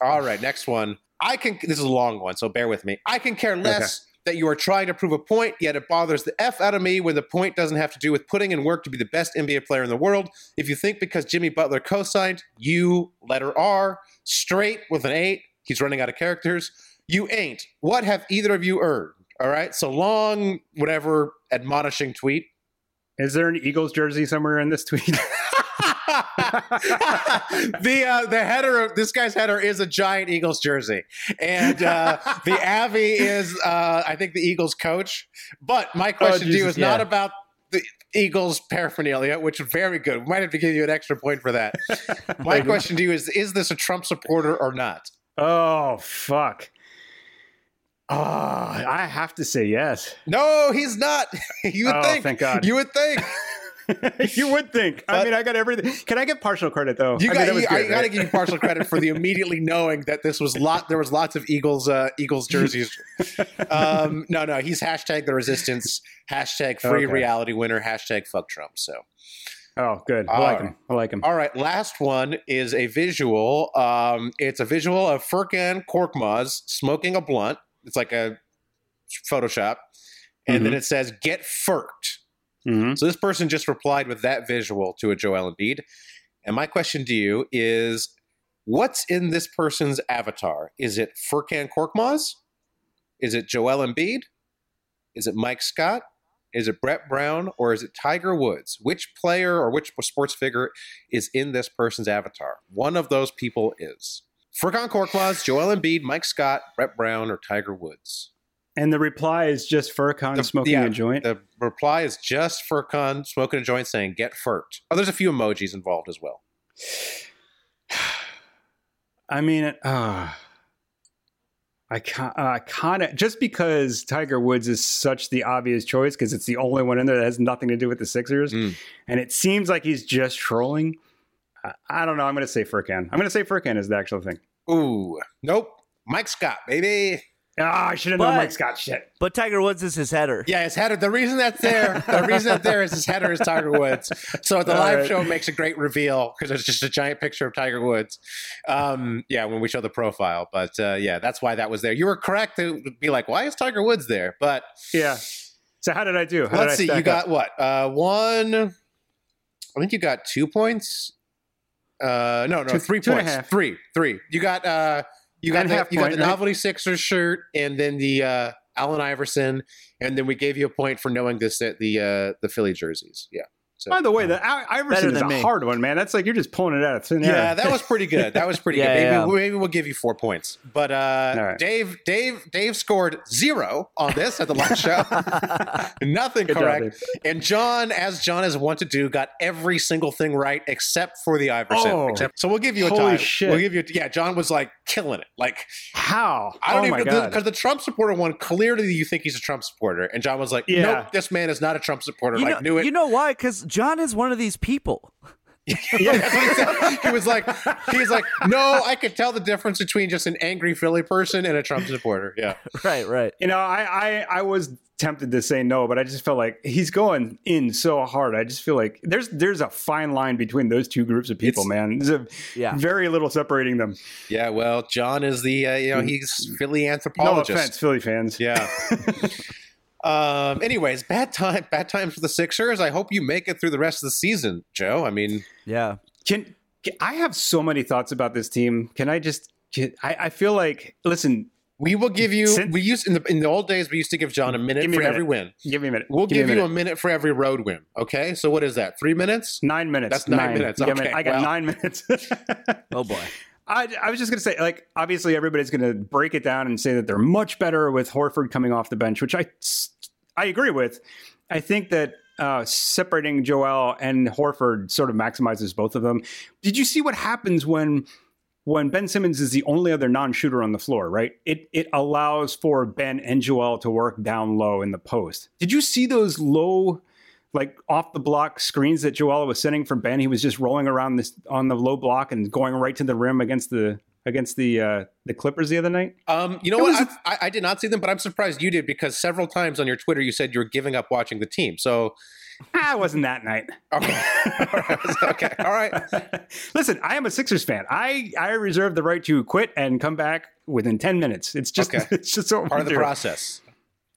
S2: All right, next one. I can, this is a long one, so bear with me. I can care less that you are trying to prove a point, yet it bothers the F out of me when the point doesn't have to do with putting in work to be the best NBA player in the world. If you think because Jimmy Butler co signed, you, letter R, straight with an eight, he's running out of characters. You ain't. What have either of you earned? All right. So long, whatever admonishing tweet.
S4: Is there an Eagles jersey somewhere in this tweet?
S2: the uh, the header of this guy's header is a giant Eagles jersey, and uh, the Avi is uh, I think the Eagles coach. But my question to you
S4: Oh, Jesus,
S2: is not
S4: yeah.
S2: about the Eagles paraphernalia, which is very good. We might have to give you an extra point for that. my question to you is: Is this a Trump supporter or not?
S4: oh fuck! Oh, I have to say yes.
S2: No, he's not. you would
S4: Oh,
S2: think.
S4: thank God.
S2: You would think.
S4: you would think. I
S2: But-
S4: mean, I got everything. Can I get partial credit though?
S2: You got.
S4: I mean, that
S2: you,
S4: was
S2: I
S4: good,
S2: got to
S4: right?
S2: give you partial credit for the immediately knowing that this was lot. There was lots of Eagles. Uh, Eagles jerseys. um, no, no. He's hashtag the resistance. Hashtag free
S4: Okay.
S2: reality winner. Hashtag fuck Trump. So.
S4: Oh, good. I
S2: All
S4: like
S2: right.
S4: him. I like him.
S2: All right, last one is a visual. Um, it's a visual of Furkan Korkmaz smoking a blunt. It's like a Photoshop, and
S4: Mm-hmm.
S2: then it says "Get Furked."
S4: Mhm.
S2: So this person just replied with that visual to a Joel Embiid. And my question to you is what's in this person's avatar? Is it Furkan Korkmaz? Is it Joel Embiid? Is it Mike Scott? Is it Brett Brown or is it Tiger Woods? Which player or which sports figure is in this person's avatar? One of those people is Furkan Korkmaz, Joel Embiid, Mike Scott, Brett Brown, or Tiger Woods.
S4: And the reply is just Furcon
S2: The-
S4: smoking
S2: yeah,
S4: a joint.
S2: The reply is just Furkan smoking a joint saying get furked. Oh, there's a few emojis involved as well.
S4: I mean, uh,
S2: Ah.
S4: I can't. I kind of just because Tiger Woods is such the obvious choice because it's the only one in there that has nothing to do with the Sixers,
S2: Mm.
S4: and it seems like he's just trolling. I, I don't know. I'm going to say Furkan. I'm going to say Furkan is the actual thing.
S2: Ooh, nope. Mike Scott, baby.
S4: Ah, I should have known
S3: But-
S4: Mike Scott. Shit.
S3: But Tiger Woods is his header.
S2: Yeah, his header. The reason that's there, the reason that's there is his header is Tiger Woods. So at the
S4: All
S2: live
S4: right.
S2: show, it makes a great reveal because it's just a giant picture of Tiger Woods. Um, yeah, when we show the profile, but uh, yeah, that's why that was there. You were correct to be like, why is Tiger Woods there? But
S4: Yeah. So how did I do? How
S2: let's see,
S4: did I
S2: you
S4: stack up?
S2: got what? Uh, one. I think you got two points. Uh, no, no,
S4: Two-
S2: three
S4: two and a
S2: points.
S4: half.
S2: Three, three. You got uh, you got
S4: And
S2: the,
S4: half
S2: you got
S4: point,
S2: the
S4: right?
S2: novelty Sixers shirt, and then the uh, Allen Iverson, and then we gave you a point for knowing this that the uh, the Philly jerseys. Yeah,
S4: By the way, the I-
S3: Better
S4: Iverson is
S3: than
S4: a
S3: me.
S4: hard one, man. That's like you're just pulling it out of thin
S2: yeah,
S4: air.
S2: that was pretty good. That was pretty
S3: Yeah,
S2: good. Maybe,
S3: yeah.
S2: maybe we'll give you four points. But uh,
S4: All right.
S2: Dave, Dave, Dave scored zero on this at the live show. Nothing
S4: Good job,
S2: correct. and John, as John is wont to do, got every single thing right except for the Iverson.
S4: Oh.
S2: Except- so we'll give you a
S4: Holy
S2: time.
S4: shit.
S2: We'll give you. A, yeah, John was like killing it. Like
S4: How?
S2: I don't
S4: oh my
S2: even
S4: god.
S2: because the Trump supporter one clearly you think he's a Trump supporter, and John was like,
S4: Yeah.
S2: "Nope, this man is not a Trump supporter."
S3: You
S2: like
S3: know,
S2: knew it.
S3: you know why? Because John is one of these people.
S2: he was like, he was like, no, I could tell the difference between just an angry Philly person and a Trump supporter. Yeah,
S3: Right, right.
S4: You know, I, I I was tempted to say no, but I just felt like he's going in so hard. I just feel like there's there's a fine line between those two groups of people,
S2: It's-
S4: man. There's a
S3: Yeah.
S4: very little separating them.
S2: yeah. Well, John is the uh, you know he's Philly
S4: No
S2: anthropologist.
S4: offense, Philly fans.
S2: Yeah. um. Anyways, bad time. Bad times for the Sixers. I hope you make it through the rest of the season, Joe. I mean,
S3: Yeah.
S4: Can, can I have so many thoughts about this team? Can I just? Can, I I feel like listen.
S2: we will give you.
S4: Since-
S2: we used in the in the old days. We used to give John a minute for
S4: Give me a minute.
S2: every win.
S4: Give me a minute.
S2: We'll
S4: Give me
S2: give you
S4: a
S2: a
S4: minute.
S2: minute for every road win. Okay. So what is that? Three minutes.
S4: nine minutes.
S2: That's nine minutes.
S4: Give me a minute.
S2: Okay,
S4: I got
S2: well.
S4: nine minutes.
S3: Oh boy.
S4: I, I was just going to say, like, obviously everybody's going to break it down and say that they're much better with Horford coming off the bench, which I, I agree with. I think that uh, separating Joel and Horford sort of maximizes both of them. Did you see what happens when when Ben Simmons is the only other non-shooter on the floor? Right, it it allows for Ben and Joel to work down low in the post. Did you see those low? Like off the block screens that Joel was sending for Ben, he was just rolling around this on the low block and going right to the rim against the against the uh, the Clippers the other night.
S2: Um, you know
S4: It
S2: what?
S4: was-
S2: I, I, I did not see them, but I'm surprised you did because several times on your Twitter you said you were giving up watching the team. So
S4: Ah, it wasn't that night.
S2: okay, okay, all right.
S4: Listen, I am a Sixers fan. I I reserve the right to quit and come back within ten minutes. It's just
S2: Okay.
S4: it's just so
S2: Part of the process.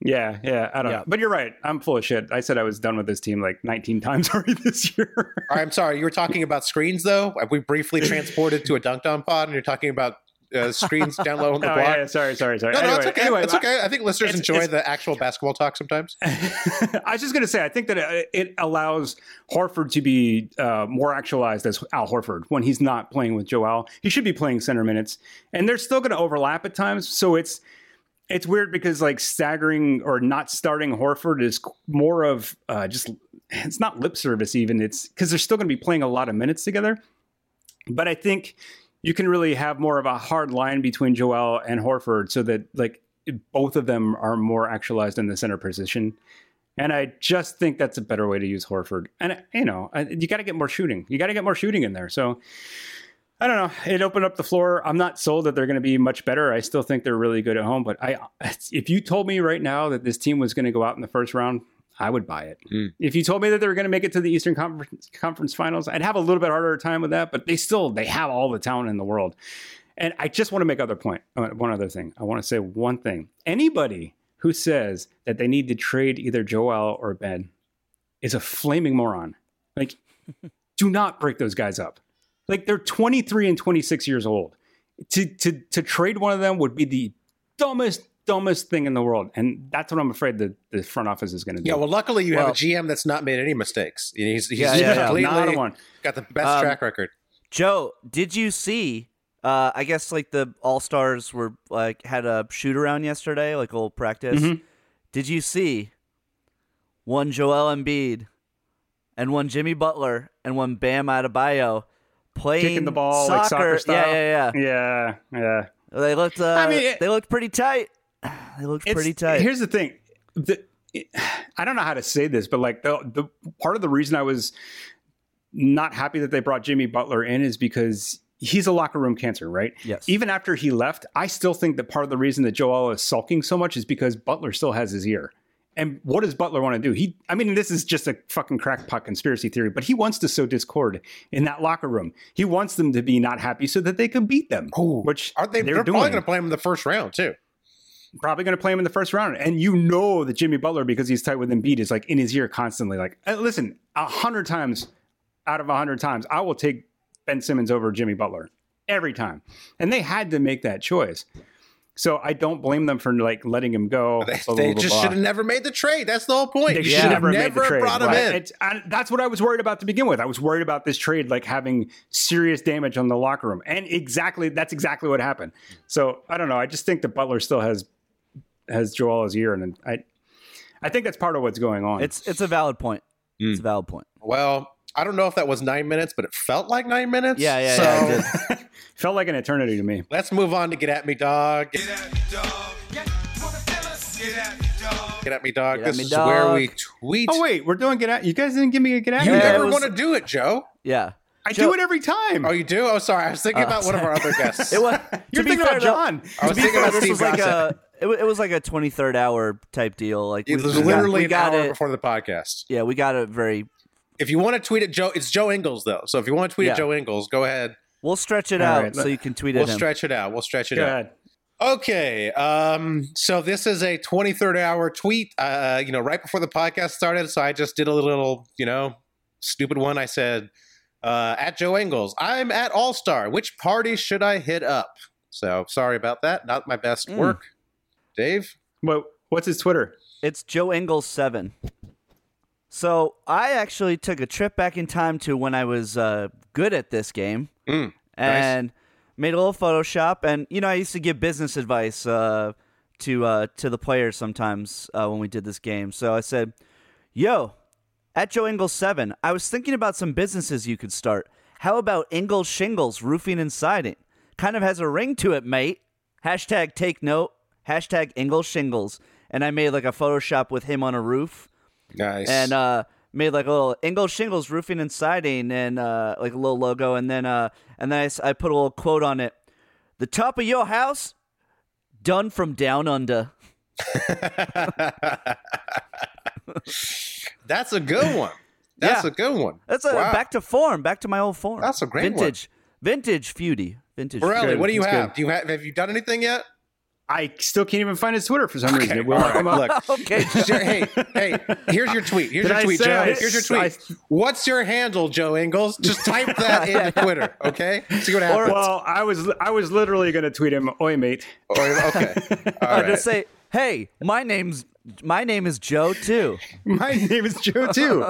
S4: Yeah, yeah. I don't
S3: Yeah.
S4: know, but you're right. I'm full of shit. I said I was done with this team like 19 times already this year.
S2: All right, I'm sorry. You were talking about screens, though. We briefly transported to a dunked on pod, and you're talking about uh, screens down low on the
S4: oh,
S2: block.
S4: yeah, yeah, sorry, sorry, sorry.
S2: No, no,
S4: anyway,
S2: it's okay.
S4: anyway,
S2: it's
S4: I-
S2: okay. I think listeners
S4: it's-
S2: enjoy
S4: it's-
S2: the actual basketball talk sometimes.
S4: I was just going to say, I think that it, it allows Horford to be uh, more actualized as Al Horford when he's not playing with Joel. He should be playing center minutes, and they're still going to overlap at times. So it's it's weird because like staggering or not starting Horford is more of uh, just it's not lip service even. It's because they're still going to be playing a lot of minutes together. But I think you can really have more of a hard line between Joel and Horford, so that like both of them are more actualized in the center position. And I just think that's a better way to use Horford. And you know, I- you got to get more shooting. You got to get more shooting in there. So I don't know. It opened up the floor. I'm not sold that they're going to be much better. I still think they're really good at home. But I, if you told me right now that this team was going to go out in the first round, I would buy it. If you told me that they were going to make it to the Eastern Conference, Conference Finals, I'd have a little bit harder time with that. But they still they have all the talent in the world. And I just want to make other point. uh, One other thing. I want to say one thing. Anybody who says that they need to trade either Joel or Ben is a flaming moron. Like, do not break those guys up. Like they're 23 and 26 years old. To to to trade one of them would be the dumbest dumbest thing in the world, and that's what I'm afraid the the front office is going to do.
S2: Yeah. Well, luckily you have
S3: Well-
S2: a GM that's not made any mistakes. He's, he's
S3: Yeah, yeah, yeah.
S2: completely
S4: not a one.
S2: got the best
S3: Um,
S2: track record.
S3: Joe, did you see? Uh, I guess like the All Stars were like had a shoot around yesterday, like old practice.
S4: Mhm.
S3: Did you see one Joel Embiid and one Jimmy Butler and one Bam Adebayo playing
S4: Kicking the ball
S3: soccer?
S4: like soccer style.
S3: Yeah, yeah, yeah.
S4: yeah, yeah.
S3: They looked. Uh,
S4: I mean, it-
S3: they looked pretty tight. They looked
S4: It's-
S3: pretty tight.
S4: Here's the thing. The, I don't know how to say this, but like the, the part of the reason I was not happy that they brought Jimmy Butler in is because he's a locker room cancer, right?
S3: Yes.
S4: Even after he left, I still think that part of the reason that Joel is sulking so much is because Butler still has his ear. And what does Butler want to do? He, I mean, this is just a fucking crackpot conspiracy theory, but he wants to sow discord in that locker room. He wants them to be not happy so that they can beat them. which
S2: aren't they?
S4: They're,
S2: They're, probably
S4: doing
S2: going to play him in the first round too.
S4: probably going to play him in the first round. And you know that Jimmy Butler, because he's tight with Embiid, is like in his ear constantly. Like, uh, listen, a hundred times out of a hundred times, I will take Ben Simmons over Jimmy Butler every time. And they had to make that choice. So I don't blame them for like letting him go.
S2: They,
S4: blah, blah,
S2: they
S4: blah,
S2: just
S4: blah.
S2: should have never made the trade. That's the whole point.
S4: They
S2: you
S4: should
S2: should have
S4: have never, made the
S2: never
S4: trade.
S2: brought him
S4: right?
S2: in.
S4: It's- I- that's what I was worried about to begin with. I was worried about this trade like having serious damage on the locker room, and exactly that's exactly what happened. So I don't know. I just think that Butler still has has Joel's ear, and I I think that's part of what's going on.
S3: it's it's a valid point. It's a valid point.
S2: Well, I don't know if that was nine minutes, but it felt like nine minutes.
S3: Yeah, yeah,
S2: So
S3: yeah. it did.
S4: felt like an eternity to me.
S2: let's move on to get at me, dog. Get, at me, dog.
S3: Get at
S2: this
S3: me,
S2: is where
S3: dog.
S2: we tweet.
S4: Oh wait, we're doing get out. You guys didn't give me a get out.
S2: you
S3: Yeah, it
S2: never
S3: was-
S2: want to do it, Joe.
S3: Yeah.
S4: I
S3: Joe-
S4: do it every time.
S2: Oh, you do? Oh, sorry. I was thinking about one of our other guests.
S3: Uh, It was.
S4: You're
S3: to be
S4: thinking
S3: fair,
S4: about
S3: though-
S4: John.
S2: I was
S4: To be
S2: thinking
S4: fair,
S2: about
S3: this
S2: Steve
S3: was like
S2: Gossett.
S3: a. It, wa- it was like a 23rd hour type deal. Like
S2: It
S3: we-
S2: was
S3: we got-
S2: literally
S3: we got
S2: an hour
S3: it.
S2: before the podcast.
S3: Yeah, we got it very.
S2: If you want to tweet at Joe, it's Joe Ingles though. So if you want to tweet
S3: Yeah.
S2: at Joe Ingles, go ahead.
S3: We'll stretch it
S4: All
S3: out
S4: right,
S3: so
S4: let-
S3: you can tweet
S2: We'll
S3: at him.
S2: stretch it out. We'll stretch it
S4: Go
S2: out.
S4: ahead.
S2: Okay. Um, so this is a 23rd hour tweet, uh, you know, right before the podcast started. So I just did a little, you know, stupid one. I said, uh, at Joe Ingles, I'm at All Star. Which party should I hit up? So sorry about that. Not my best
S3: Mm.
S2: work. Dave?
S4: What, what's his Twitter?
S3: It's Joe Ingles seven. So I actually took a trip back in time to when I was uh, good at this game
S2: Mm,
S3: and made a little Photoshop. And you know, I used to give business advice uh, to uh, to the players sometimes uh, when we did this game. So I said, "Yo, at Joe Ingles seven, I was thinking about some businesses you could start. How about Ingles Shingles Roofing and Siding? Kind of has a ring to it, mate." Hashtag take note. Hashtag Ingles Shingles. And I made like a Photoshop with him on a roof
S2: Nice.
S3: and uh made like a little Ingles shingles roofing and siding and uh like a little logo and then uh and then I s- I, put a little quote on it the top of your house done from down under uh,
S2: That's a good one. That's
S3: Yeah.
S2: a good one.
S3: that's a
S2: Wow.
S3: back to form back to my old form
S2: That's a great one.
S3: vintage vintage feudy vintage
S2: Borelli,
S4: Good.
S2: what do you
S4: That's
S2: have?
S4: good.
S2: Do you have have you done anything yet?
S4: I still can't even find his Twitter for some reason. It will
S2: All
S4: not
S2: right,
S4: come up.
S2: look.
S3: okay
S2: Sure, hey, hey, here's your tweet. Here's
S4: Did
S2: your
S4: I
S2: tweet,
S4: say
S2: Joe.
S4: I-
S2: here's your tweet.
S4: I-
S2: What's your handle, Joe Ingles? Just type that into Twitter, okay? See what happens.
S4: Well, I was I was literally going to tweet him, "Oi, mate."
S2: Or- okay. All
S3: I'm gonna
S2: right.
S3: say hey my name's my name is Joe too
S4: My name is Joe too.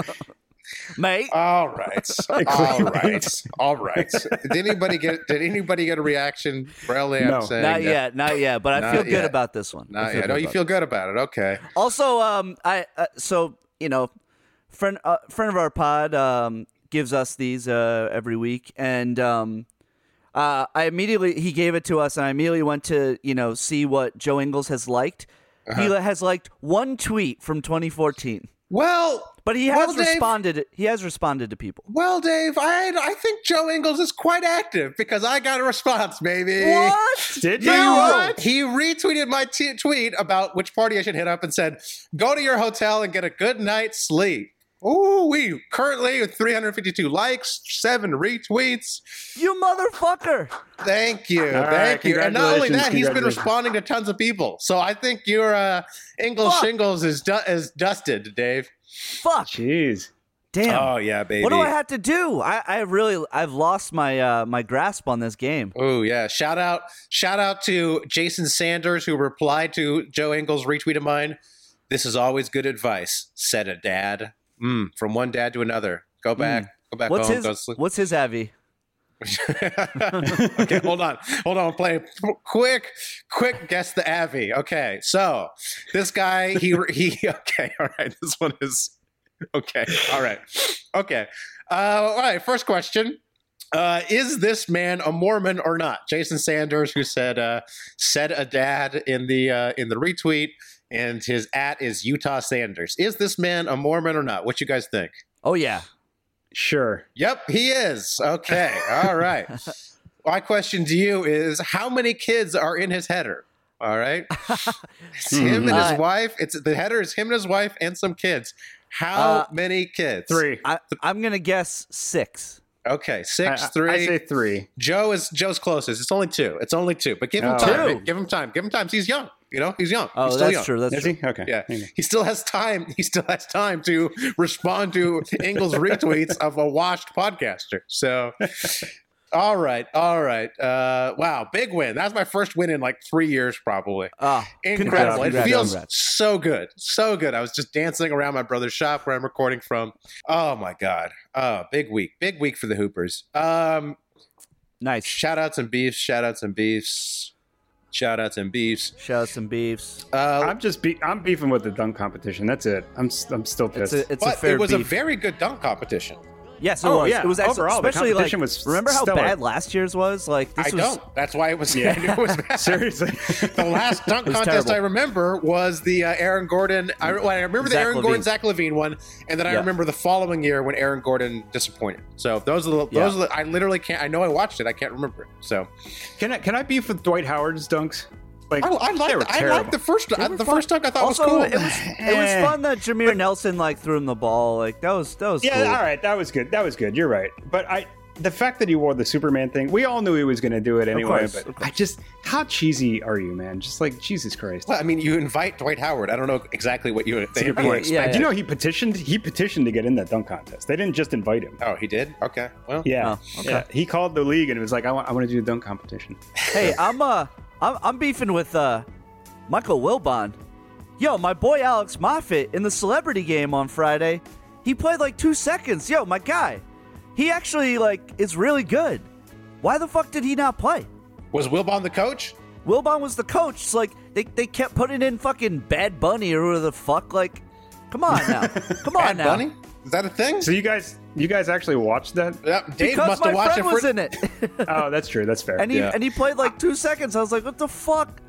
S3: mate
S2: All right. All right. All right. Did anybody get did anybody get a reaction? Really,
S4: No.
S2: I'm saying
S3: not
S2: no.
S3: yet not yet but I
S2: Not
S3: feel good
S2: yet.
S3: about this one I
S2: Not
S3: feel
S2: yet.
S3: good
S2: Oh, you
S3: about
S2: feel good about it. Okay.
S3: Also, um, I uh, so you know, friend uh, friend of our pod um gives us these uh every week, and um, uh, I immediately he gave it to us, and I immediately went to you know see what Joe Ingles has liked. He
S2: Uh-huh.
S3: has liked one tweet from 2014,
S2: Well,
S3: but he has
S2: well, Dave,
S3: responded. He has responded to people.
S2: Well, Dave, I I think Joe Ingles is quite active because I got a response, baby.
S3: What?
S4: Did
S2: You know
S4: you?
S2: what? He retweeted my t- tweet about which party I should hit up and said, "Go to your hotel and get a good night's sleep." Ooh, we currently with 352 likes, seven retweets.
S3: You motherfucker!
S2: Thank you,
S4: All right,
S2: thank you. And not only
S4: congratulations,
S2: that, he's been
S4: congratulations.
S2: responding to tons of people. So I think your uh, English
S3: Fuck.
S2: shingles is du- is dusted, Dave. Oh,
S3: Fuck!
S4: Jeez.
S3: Damn.
S2: yeah, baby.
S3: what do I have to do? I, I really I've lost my uh, my grasp on this game.
S2: Oh yeah! Shout out! Shout out to Jason Sanders who replied to Joe Ingles' retweet of mine. This is always good advice," said a dad. Mm, from one dad to another. Go back. Go back
S3: Hmm. What's
S2: home. Go
S3: his
S2: sleep.
S3: What's his Avi?
S2: okay, hold on, hold on. Play quick, quick. Guess the Avi. Okay, so this guy, he he. Okay, all right. This one is okay. All right, okay. Uh, all right. First question: uh, Is this man a Mormon or not? Jason Sanders, who said uh, said a dad in the uh, in the retweet, and his at is Utah Sanders. Is this man a Mormon or not? What you guys think?
S3: Oh yeah.
S4: Sure.
S2: Yep, he is. Okay. All right. My question to you is how many kids are in his header? All right. It's him and
S4: Hmm.
S3: Uh,
S2: his wife. It's the header is him and his wife and some kids. How
S3: Uh,
S2: many kids?
S4: Three.
S3: I, I'm gonna guess six.
S2: Okay, six,
S4: I- I-
S2: three.
S4: I, say three.
S2: Joe is Joe's closest. It's only two. It's only two. But give him
S4: Oh.
S2: time.
S3: Two.
S2: Give him time. Give him time. He's young. You know, he's young.
S3: Oh,
S2: he's still
S3: that's
S2: young.
S3: true. That's
S4: Is
S3: true.
S4: he? Okay.
S2: Yeah,
S4: Okay.
S2: he still has time. He still has time to respond to Ingles retweets of a washed podcaster. So, all right, all right. Uh, wow, big win. That's my first win in like three years, probably.
S3: Ah,
S2: Incredible.
S3: congrats,
S2: it feels
S3: congrats.
S2: so good, so good. I was just dancing around my brother's shop where I'm recording from. Oh my god. Oh, big week, big week for the Hoopers. Um,
S3: nice.
S2: shout outs and beefs. Shout outs and beefs. Shout outs and beefs.
S3: Shout out some beefs.
S2: Uh,
S4: I'm just be- I'm beefing with the dunk competition. That's it. I'm s- I'm still
S3: It's
S4: pissed.
S3: a it's a
S2: but
S3: fair
S2: it was a
S3: beef.
S2: very good dunk competition.
S3: Yes, it
S4: Oh,
S3: was.
S4: yeah.
S3: It was actually,
S4: Overall, the
S3: especially
S4: competition
S3: like,
S4: was
S3: remember how
S4: stellar.
S3: bad last year's was? Like this
S2: I
S3: was
S2: don't. That's why it was. I knew it was bad.
S4: Seriously.
S2: The last dunk
S3: was
S2: contest
S3: terrible. Mm.
S2: I remember was the uh, Aaron Gordon. I, well, I remember the
S3: Zach
S2: Aaron
S3: Levine.
S2: Gordon Zach Levine one, and then I
S3: Yeah.
S2: remember the following year when Aaron Gordon disappointed. So those are the, those
S3: Yeah.
S2: are the, I literally can't. I know I watched it. I can't remember it. So
S4: Can I can I beef with Dwight Howard's dunks? Like
S2: I, I
S4: they
S2: liked
S4: were
S2: the- I
S4: terrible.
S2: liked the first
S3: They were
S2: the
S3: fun.
S2: first dunk. I thought
S3: also,
S2: was cool.
S3: It was, it was
S4: Eh.
S3: fun that Jameer Nelson like threw him the ball. Like that was that was
S4: Yeah,
S3: cool.
S4: all right, that was good. That was good. You're right. But I the fact that he wore the Superman thing, we all knew he was going to do it anyway,
S3: course, of
S4: but I just how cheesy are you, man? Just like Jesus Christ.
S2: Well, I mean, you invite Dwight Howard. I don't know exactly what you
S4: That's a
S2: think.
S4: good point.
S3: Yeah, yeah,
S4: Do you
S3: yeah.
S4: know he petitioned? He petitioned to get in that dunk contest. They didn't just invite him.
S2: Oh, he did. Okay. Well,
S4: Yeah,
S3: Oh, okay.
S4: yeah. He called the league and was like, "I want, I want to do a dunk competition."
S3: Hey, I'm uh, I'm, I'm beefing with uh, Michael Wilbon. Yo, my boy Alex Moffitt in the celebrity game on Friday, he played like two seconds. Yo, my guy, he actually like is really good. Why the fuck did he not play?
S2: was Wilbon the coach?
S3: Wilbon was the coach. It's like they, they kept putting in fucking Bad Bunny or whoever the fuck. Like, come on now, come on now.
S2: Bunny? Is that a thing?
S4: So you guys, you guys actually watched that?
S2: Yeah, Dave
S3: Because
S2: must have
S3: my
S2: watched it
S3: friend
S2: for
S3: was in it,
S4: Oh, that's true. That's fair.
S3: and he
S2: Yeah.
S3: and he played like two seconds. I was like, what the fuck?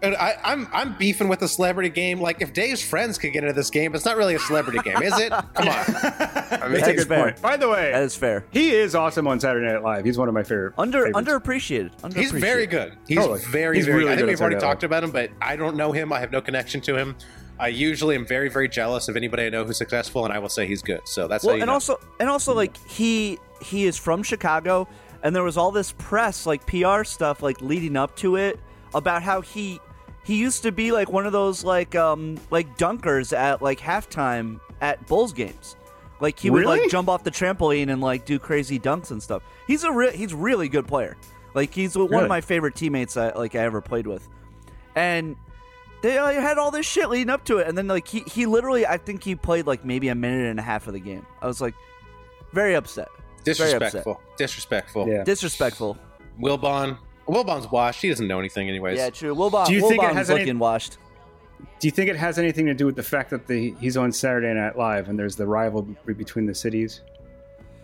S2: And I, I'm I'm beefing with the celebrity game. Like if Dave's friends could get into this game, it's not really a celebrity game, is it? Come on. I mean,
S4: that's a
S3: That's
S4: good
S3: fair.
S4: point. By the way,
S3: That is fair.
S4: he is awesome on Saturday Night Live. He's one of my favorite.
S3: Under
S4: favorites.
S3: underappreciated. underappreciated.
S2: he's very good. He's
S4: Totally.
S2: very
S4: He's
S2: very.
S4: really
S2: good. I think
S4: good at
S2: we've already
S4: Saturday Night
S2: talked about him, but I don't know him. I have no connection to him. I usually am very very jealous of anybody I know who's successful, and I will say he's good. So that's how
S3: well
S2: you
S3: and
S2: know. Hmm.
S3: also and also like he he is from chicago and there was all this press like pr stuff like leading up to it about how he he used to be like one of those like um like dunkers at like halftime at bulls games like he would
S4: Really?
S3: like jump off the trampoline and like do crazy dunks and stuff he's a re- he's really good player like he's one
S4: Really?
S3: of my favorite teammates I, like I ever played with and they like, had all this shit leading up to it, and then like he, he literally, I think he played like maybe a minute and a half of the game. I was like, very upset,
S2: disrespectful, disrespectful.
S4: Yeah.
S3: disrespectful.
S2: Wilbon. Wilbon's washed. He doesn't know anything, anyways.
S3: Yeah, true. Wilbon,
S4: Do you think it
S3: Wilbon's
S4: has any-
S3: looking washed?
S4: Do you think it has anything to do with the fact that the he's on Saturday Night Live and there's the rivalry between the cities?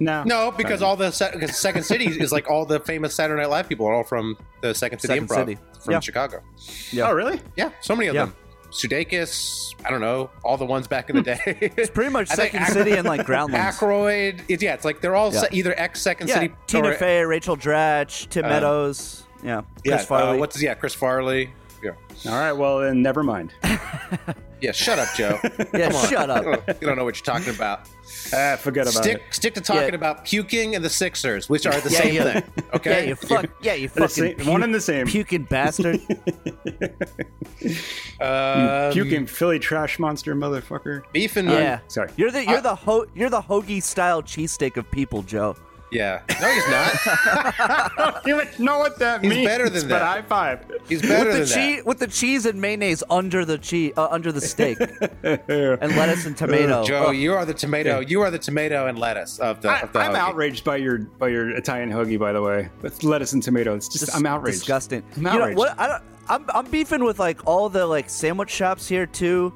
S4: No.
S2: No, because all the se- because Second City is like all the famous Saturday Night Live people are all from the Second City
S3: Second
S2: Improv
S3: City.
S2: from
S3: Yeah.
S2: Chicago.
S4: Oh, really?
S2: Yeah, so many of
S3: Yeah.
S2: them. Sudeikis, I don't know, all the ones back in the day. it's
S3: Hmm. Pretty much Second City and like Groundlings.
S2: Ackroyd. It's, yeah, it's like they're all
S3: Yeah.
S2: se- either ex Second
S3: Yeah,
S2: City.
S3: Tina
S2: or-
S3: Fey, Rachel Dratch,
S4: Uh,
S3: Tim Meadows. Yeah,
S2: Yeah,
S3: Chris Farley.
S2: Uh, what's yeah, Chris Farley. Yeah,
S4: All right. Well, then never mind.
S2: yeah. Shut up, Joe.
S3: yeah,
S2: Come on.
S3: shut
S2: you,
S3: up.
S2: don't, you don't know what you're talking about.
S4: Ah, forget about
S2: Stick
S4: it.
S2: stick to talking
S3: Yeah.
S2: about puking and the Sixers, which are the
S3: Yeah,
S2: same
S3: yeah.
S2: thing.
S3: Yeah,
S2: Okay.
S3: you fuck. Yeah, you fucking
S4: They're the same- one
S3: puke-
S4: and the same.
S3: puking bastard.
S2: Uh,
S4: Puking Philly trash monster motherfucker.
S2: beefing.
S3: yeah,
S4: sorry.
S3: You're the you're
S2: I-
S3: the ho- you're the hoagie style cheesesteak of people, Joe.
S2: Yeah. No, he's not.
S4: You would know what that
S2: He's
S4: means.
S2: better than
S4: But
S2: that.
S4: high five.
S2: He's better than
S3: with
S2: that.
S3: the cheese with the cheese and mayonnaise under the cheese uh, under the steak and lettuce and tomato.
S2: Joe, you are the tomato. You are the tomato and lettuce of the.
S4: I,
S2: of the
S4: I'm
S2: hoagie.
S4: outraged by your by your Italian hoagie, by the way, with lettuce and tomato. It's just
S3: Dis-
S4: I'm outraged.
S3: Disgusting.
S4: I'm
S3: You know
S4: outraged.
S3: what? I don't, I'm I'm beefing with like all the like sandwich shops here too.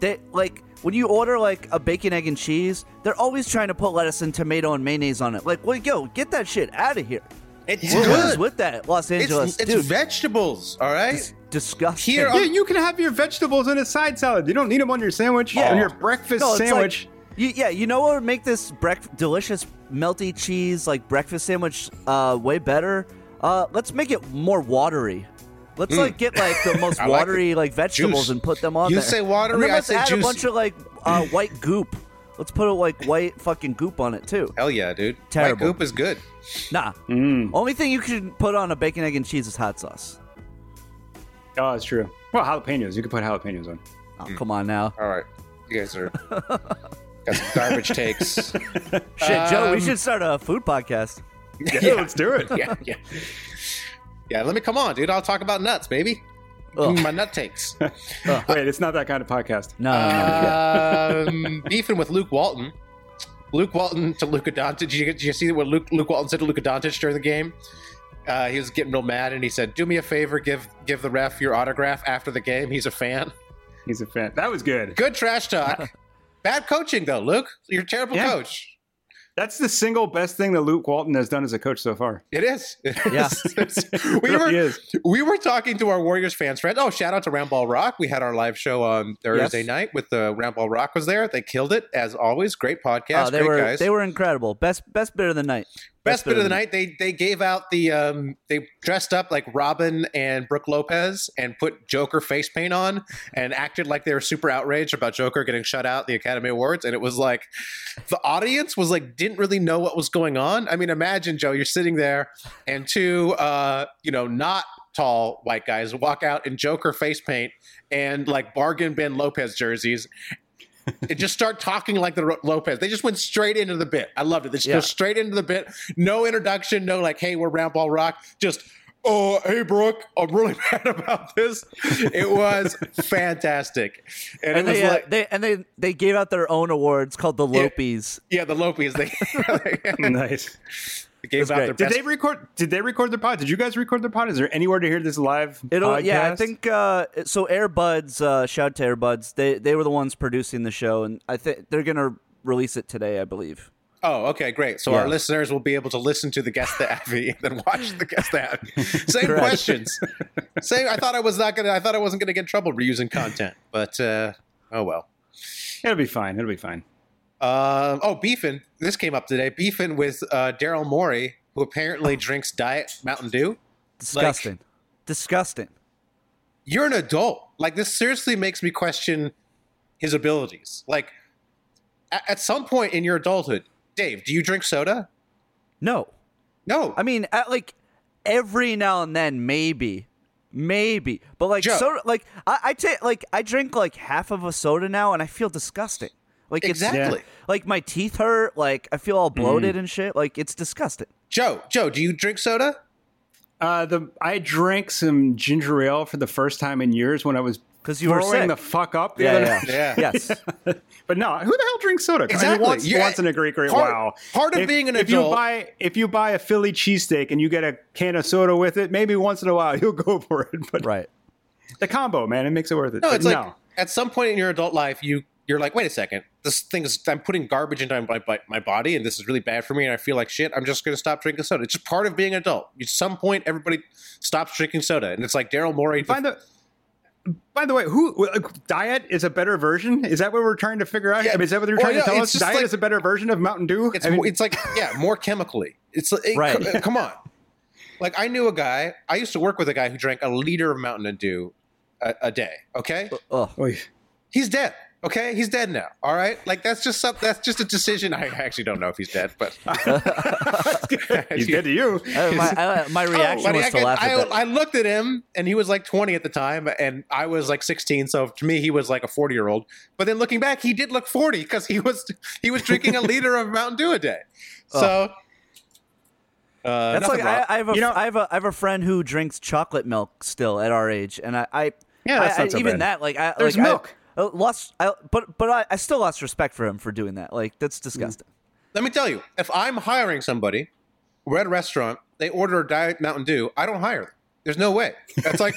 S3: That like when you order like a bacon egg and cheese, they're always trying to put lettuce and tomato and mayonnaise on it. Like, well, yo, get that shit out of here.
S2: It's
S3: What- What is
S2: good.
S3: with that, Los Angeles?
S2: It's, it's
S3: Dude, vegetables.
S2: vegetables. All right.
S3: disgusting.
S2: Here
S4: yeah, you can have your vegetables in a side salad. You don't need them on your sandwich.
S3: Yeah.
S4: Or your breakfast
S3: No, it's like-
S4: sandwich.
S3: you, yeah, you know what would make this break- delicious melty cheese like breakfast sandwich uh, way better? Uh, let's make it more watery. Let's like get like the most
S2: Hmm. like
S3: watery like, vegetables
S2: Juice.
S3: and put them on
S2: You
S3: there.
S2: say watery,
S3: And then
S2: I
S3: let's
S2: say
S3: add
S2: juicy.
S3: a bunch of like uh, white goop. Let's put like white fucking goop on it too.
S2: Hell yeah, dude.
S3: Terrible.
S2: White goop is good.
S3: Nah.
S2: Mm.
S3: Only thing you can put on a bacon egg and cheese is hot sauce.
S4: Oh, it's true. Well, jalapenos. You can put jalapenos on.
S3: Oh,
S2: Mm.
S3: come on now.
S2: All right. You guys are got some garbage takes.
S3: Shit, Joe,
S2: Um,
S3: we should start a food podcast.
S4: Yeah, let's do it.
S2: Yeah, yeah. Yeah, let me come on, dude. I'll talk about nuts, baby. Give me my nut takes.
S4: Wait, it's not that kind of podcast.
S3: No,
S2: um, beefing with Luke Walton. Luke Walton to Luka Doncic. Did you, did you see what Luke, Luke Walton said to Luka Doncic during the game? Uh, he was getting real mad, and he said, "Do me a favor, give give the ref your autograph after the game. He's a fan.
S4: He's a fan. That was good.
S2: Good trash talk. Bad coaching, though, Luke. You're a terrible
S4: Yeah.
S2: coach.
S4: That's the single best thing that Luke Walton has done as a coach so far.
S2: It is. It
S3: Yeah.
S2: is. It's- we
S4: really
S2: were
S4: is.
S2: we were talking to our Warriors fans friend. Oh, shout out to Round Ball Rock. We had our live show on Thursday
S3: Yes.
S2: night with the Round Ball Rock was there. They killed it as always. Great podcast.
S3: Oh, they
S2: great
S3: were
S2: guys.
S3: they were incredible. Best best bit of the night.
S2: best bit of the night. They they gave out the um they dressed up like Robin and Brooke Lopez and put Joker face paint on and acted like they were super outraged about Joker getting shut out at the Academy Awards. And it was like the audience was like didn't really know what was going on. I mean, imagine Joe, you're sitting there and two uh you know not tall white guys walk out in Joker face paint and like bargain bin Lopez jerseys. and just start talking like the Ro- Lopez. They just went straight into the bit. I loved it. They just
S3: Yeah.
S2: go straight into the bit. No introduction. No like, hey, we're Round Ball Rock. Just, oh, hey, Brooke, I'm really mad about this. It was fantastic, and,
S3: And
S2: it was
S3: they, uh,
S2: like,
S3: they and they they gave out their own awards called the Lopies.
S2: yeah, the Lopez. They, they
S4: nice.
S2: gave out their
S3: great.
S4: Did
S2: best.
S4: they record? Did they record their pod? Did you guys record their pod? Is there anywhere to hear this live?
S3: It'll yeah, I
S4: podcast?
S3: think uh, so. Airbuds, uh, shout to Airbuds. They they were the ones producing the show, and I think they're gonna release it today, I believe.
S2: Oh, okay, great. So our listeners will be able to listen to the guest the Abbey and then watch the guest the Abbey. Same questions. Same. I thought I was not gonna. I thought I wasn't gonna get in trouble reusing content, but uh, oh well.
S4: it'll be fine. It'll be fine.
S2: Um oh, beefing. This came up today. Beefing with uh, Daryl Morey, who apparently drinks Diet Mountain Dew.
S3: Disgusting, disgusting.
S2: You're an adult. Like this seriously makes me question his abilities. Like at, at some point in your adulthood, Dave, do you drink soda?
S3: No,
S2: No.
S3: I mean, at, like every now and then, maybe, maybe, but like
S2: Joe.
S3: soda, like I, I take like I drink like half of a soda now, and I feel disgusting. Like it's-
S2: Exactly. Mm. Yeah.
S3: like my teeth hurt. Like I feel all bloated and shit. Like it's disgusting.
S2: Joe, Joe, do you drink soda?
S4: Uh, the I drank some ginger ale for the first time in years when I was
S3: 'Cause you were
S4: throwing
S3: sick.
S4: the fuck up. the
S3: Yeah,
S4: other
S3: yeah,
S4: night.
S2: Yeah.
S3: yes.
S4: But no, who the hell drinks soda? I mean,
S2: Exactly.
S4: once,
S2: You-
S4: once in a great, great
S2: part-
S4: while.
S2: part of being an
S4: if
S2: adult-
S4: you buy if you buy a Philly cheesesteak and you get a can of soda with it, maybe once in a while you'll go for it. But
S3: right.
S4: the combo, man, it makes it worth it.
S2: No,
S4: But
S2: it's like at some point in your adult life, you you're like, wait a second, this thing is I'm putting garbage into my, my, my body, and this is really bad for me, and I feel like shit. I'm just gonna stop drinking soda. It's just part of being an adult. At some point, everybody stops drinking soda, and it's like Daryl Morey.
S4: By the by the way, who like, diet is a better version? Is that what we're trying to figure out?
S2: Yeah.
S4: I mean, is that what they're
S2: Or,
S4: trying
S2: yeah,
S4: to tell
S2: it's
S4: us?
S2: just
S4: Diet
S2: like-
S4: is a better version of Mountain Dew.
S2: it's
S4: I mean,
S2: mo- it's like yeah, more e- chemically. It's like- it,
S3: Right.
S2: c- come on, like I knew a guy. I used to work with a guy who drank a liter of Mountain Dew a, a day. Okay,
S3: Ugh.
S4: Oy.
S2: he's dead. Okay, he's dead now. All right, like that's just some, that's just a decision. I actually don't know if he's dead, but
S4: he's dead to you.
S3: Uh, my, I- my reaction
S2: Oh, buddy,
S3: was
S2: I,
S3: to
S2: could-
S3: laugh at
S2: I,
S3: that.
S2: I looked at him and he was like 20 at the time and I was like 16 so to me he was like a 40 year old but then looking back he did look 40 because he was he was drinking a liter of Mountain Dew a day so uh,
S3: That's
S2: nothing
S3: like
S2: wrong.
S3: I, I have a
S4: You know-
S3: I have a I have a friend who drinks chocolate milk still at our age, and I, I
S4: Yeah, that's
S3: I- I-
S4: not so
S3: even
S4: bad.
S3: that like I
S4: There's
S3: like, I-
S4: milk.
S3: I, lost, I, but but I, I still lost respect for him for doing that. Like
S2: Mm.
S3: that's disgusting.
S2: let me tell you if I'm hiring somebody we're at a restaurant they order a diet Mountain Dew I don't hire them there's no way that's like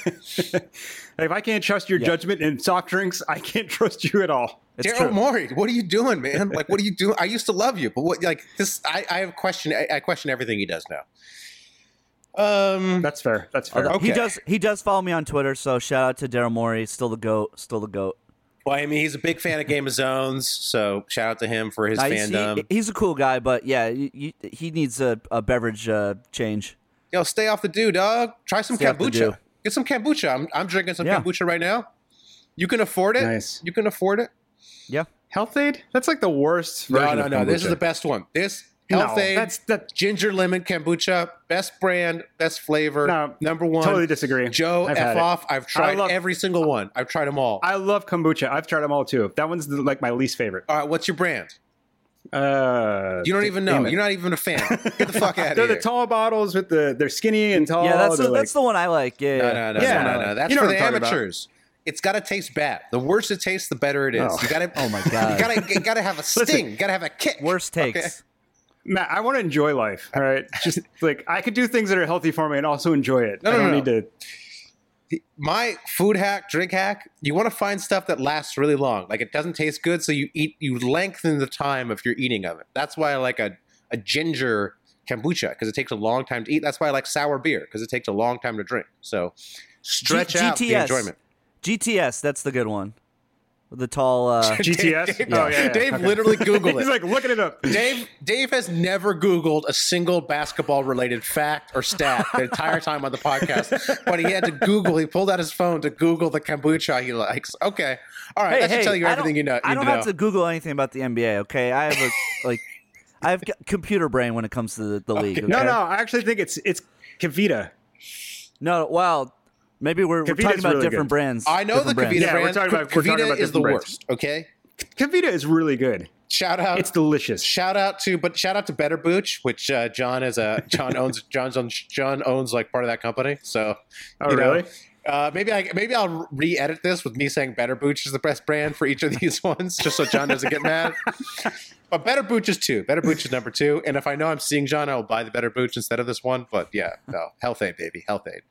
S4: If I can't trust your judgment in soft drinks, I can't trust you at all.
S3: It's
S2: Daryl
S3: true.
S2: Morey, what are you doing, man? Like, what are you doing? I used to love you, but what? Like this, I, I have question. I, I question everything he does now. Um,
S4: That's fair. That's fair.
S3: Although
S2: Okay.
S3: He does he does follow me on Twitter, so shout out to Daryl Morey, still the goat, still the goat.
S2: well, I mean, he's a big fan of Game of Zones, so shout out to him for his
S3: Nice. He-
S2: fandom.
S3: he's a cool guy, but yeah, you, you, he needs a, a beverage uh, change.
S2: Yo, stay off the dew, dog. Try some
S3: Stay off the dew.
S2: kombucha. Get some kombucha. I'm, I'm drinking some
S3: Yeah.
S2: kombucha right now. You can afford it.
S4: Nice.
S2: You can afford it.
S3: Yeah,
S4: Health aid? That's like the worst.
S2: No,
S4: version
S2: no,
S4: of
S2: no. This
S4: kombucha.
S2: is the best one. This
S4: No,
S2: health aid.
S4: that's- that-
S2: ginger lemon kombucha. Best brand. Best flavor.
S4: No,
S2: number one.
S4: totally disagree.
S2: Joe
S4: I've had
S2: F
S4: it.
S2: off. I've tried
S4: love-
S2: every single one. I've tried them all.
S4: I love kombucha. I've tried them all too. That one's the, like my least favorite.
S2: all right, what's your brand?
S4: Uh,
S2: You don't even
S4: damn
S2: know.
S4: it.
S2: You're not even a fan. Get the fuck out of
S4: They're
S2: here.
S4: the tall bottles with the they're skinny and tall.
S3: yeah, that's
S4: They're
S3: the, that's the one I like. Yeah,
S2: Oh, no,
S3: yeah.
S2: no, no,
S4: Yeah.
S2: no, no, no. That's
S4: You know
S2: for
S4: what
S2: the
S4: I'm talking about.
S2: amateurs. It's got to taste bad. The worse it tastes, the better it is.
S4: Oh.
S2: You got to. Oh my You
S3: God.
S2: got to. You got to have a sting. you got to have a kick.
S3: Worst
S2: Okay?
S3: takes.
S4: Matt. I want to enjoy life. All right, just like I could do things that are healthy for me and also enjoy it.
S2: No,
S4: I
S2: no,
S4: don't
S2: no,
S4: need to.
S2: my food hack, drink hack, you want to find stuff that lasts really long. Like it doesn't taste good, so you eat you lengthen the time if you're eating of it. That's why I like a a ginger kombucha because it takes a long time to eat. That's why I like sour beer because it takes a long time to drink. So stretch out the
S3: GTS.
S2: enjoyment.
S3: GTS, that's the good one. The tall. Uh,
S4: GTS.
S2: Dave,
S4: Oh yeah. yeah.
S2: Dave
S4: Okay.
S2: literally Googled it.
S4: He's like looking it up.
S2: Dave Dave has never Googled a single basketball related fact or stat the entire time on the podcast, but he had to Google. He pulled out his phone to Google the kombucha he likes. Okay, all right,
S3: hey,
S2: that should
S3: hey,
S2: tell you
S3: I
S2: everything
S3: don't-
S2: you know.
S3: I
S2: you
S3: don't
S2: know.
S3: have to Google anything about the NBA. Okay, I have a like, I have c- computer brain when it comes to the, the league.
S4: No,
S3: okay?
S4: no. I actually think it's it's Kavita.
S3: no. Wow, maybe we're, we're
S4: Kavita's
S3: talking about
S4: really
S3: different
S4: good.
S3: brands.
S2: I know the
S3: different brands.
S2: Kavita
S4: Yeah, we're
S2: brand.
S4: talking about- we're talking
S2: Kavita
S4: about
S2: is the
S4: different brands.
S2: worst. Okay,
S4: Kavita is really good.
S2: shout out.
S4: It's delicious.
S2: Shout out to but shout out to Better Booch, which uh, John is a John owns John's owns John owns like part of that company. So
S4: Oh,
S2: you know,
S4: really?
S2: Uh, maybe I maybe I'll re-edit this with me saying Better Booch is the best brand for each of these ones, just so John doesn't get mad. But Better Booch is two. Better Booch is number two. And if I know I'm seeing John, I will buy the Better Booch instead of this one. But yeah, no health aid, baby, health aid.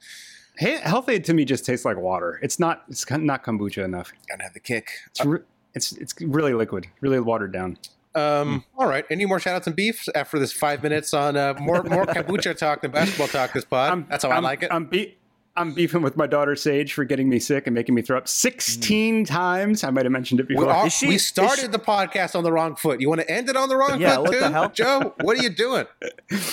S4: Hey, Health Aid to me just tastes like water. It's not. It's kind of not kombucha enough.
S2: Gotta have the kick.
S4: It's re- it's it's really liquid, really watered down.
S2: Um, All right. Any more shout outs and beefs after this five minutes on uh, more more kombucha talk than basketball talk this pod? Uh, That's how i
S4: I'm-
S2: like it.
S4: I'm be- I'm beefing with my daughter Sage for getting me sick and making me throw up
S2: Hmm.
S4: 16 times. I might have mentioned it
S2: We,
S4: before.
S2: are,
S3: Is she-
S2: we
S3: is
S2: started
S3: she-
S2: the podcast on the wrong foot. You want to end it on the wrong
S3: Yeah,
S2: foot
S3: what
S2: too,
S3: the hell?
S2: Joe? What are you doing?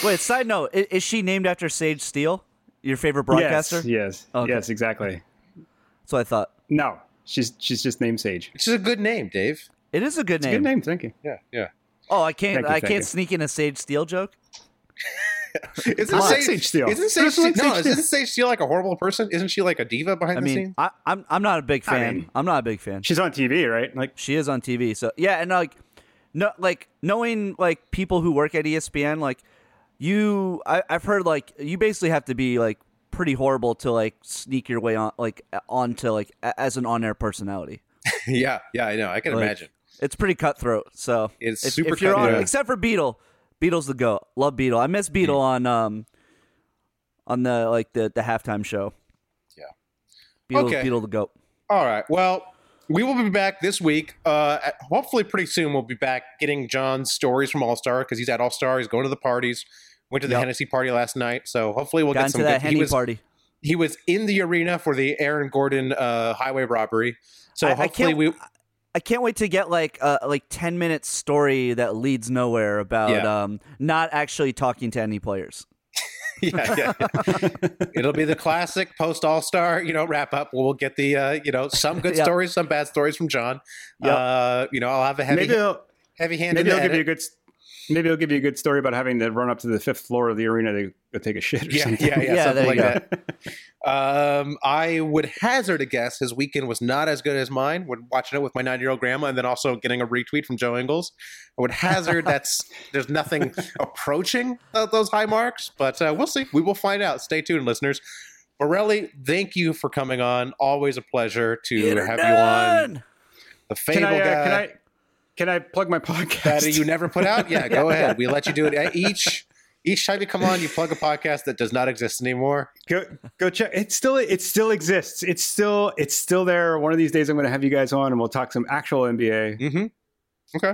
S3: Wait, side note: i- is, she named after Sage Steele, your favorite broadcaster?
S4: Yes, yes,
S3: Okay.
S4: yes, exactly.
S3: That's what I thought.
S4: No, she's she's just named Sage.
S2: It's just a good name, Dave.
S3: It is a good name.
S4: Good name, thank you.
S2: Yeah, yeah.
S3: Oh, I can't.
S4: Thank you,
S3: I
S4: thank
S3: can't
S4: you.
S3: sneak in a Sage Steele joke.
S2: Isn't
S4: on.
S2: Sage,
S4: Sage Steele.
S2: Isn't Sage,
S4: Just like
S2: Steele- no,
S4: Sage
S2: isn't Sage Steele like a horrible person? Isn't she like a diva behind
S3: I
S2: the
S3: mean,
S2: scenes?
S3: I, I'm I'm not a big fan. I
S4: mean-
S3: am not a big fan.
S4: She's on TV, right? Like
S3: She is on TV, so yeah, and like, no, like knowing like people who work at E ESPN, like you, I, I've heard like you basically have to be like pretty horrible to like sneak your way on like onto like a- as an on-air personality.
S2: Yeah, yeah, I know. I can
S3: Like,
S2: imagine.
S3: It's pretty cutthroat. So
S2: It's
S3: if,
S2: super
S3: if you're on,
S2: cutthroat.
S3: except for Beetle. Beetle's the go. Love Beetle. I miss Beetle
S2: Mm.
S3: on um on the like the the halftime show.
S2: Yeah.
S3: Beetle
S2: Okay.
S3: Beetle the goat.
S2: All right. Well, we will be back this week. Uh, at- hopefully, pretty soon we'll be back getting John's stories from All Star because he's at All Star. He's going to the parties. Went to the
S3: Yep.
S2: Hennessy party last night, so hopefully we'll
S3: Got
S2: get some
S3: into that
S2: good. he
S3: Henny
S2: was-
S3: party.
S2: he was in the arena for the Aaron Gordon uh, highway robbery. So
S3: I- I
S2: hopefully
S3: can't-
S2: we
S3: I can't wait to get like a like ten minute story that leads nowhere about
S2: Yeah.
S3: um not actually talking to any players.
S2: yeah, yeah. it'll be the classic post All Star you know wrap up. We'll get the uh, you know some good
S3: Yeah.
S2: stories, some bad stories from John.
S3: Yep.
S2: Uh, you know I'll have a heavy
S4: maybe they'll,
S2: heavy hand.
S4: maybe
S2: in
S4: I'll
S2: the
S4: give you a
S2: edit.
S4: good s- maybe I'll give you a good story about having to run up to the fifth floor of the arena to go take a shit or
S2: yeah,
S4: something.
S2: yeah, yeah,
S3: Yeah,
S2: something
S3: there
S2: like
S3: you
S2: that. Um, I would hazard a guess his weekend was not as good as mine. When watching it with my nine-year-old grandma, and then also getting a retweet from Joe Ingles, I would hazard that's there's nothing approaching tho- those high marks. But uh, we'll see. We will find out. Stay tuned, listeners. Borelli, thank you for coming on. Always a pleasure to have you on.
S3: Internet!
S2: The Fable
S4: Can I,
S2: guy
S4: uh, can I can I plug my podcast?
S2: that you never put out. Yeah, go ahead. We let you do it Uh, each. Each time you come on, you plug a podcast that does not exist anymore.
S4: go go check it still it still exists it's still it's still there one of these days i'm going to have you guys on and we'll talk some actual nba
S2: Mm-hmm.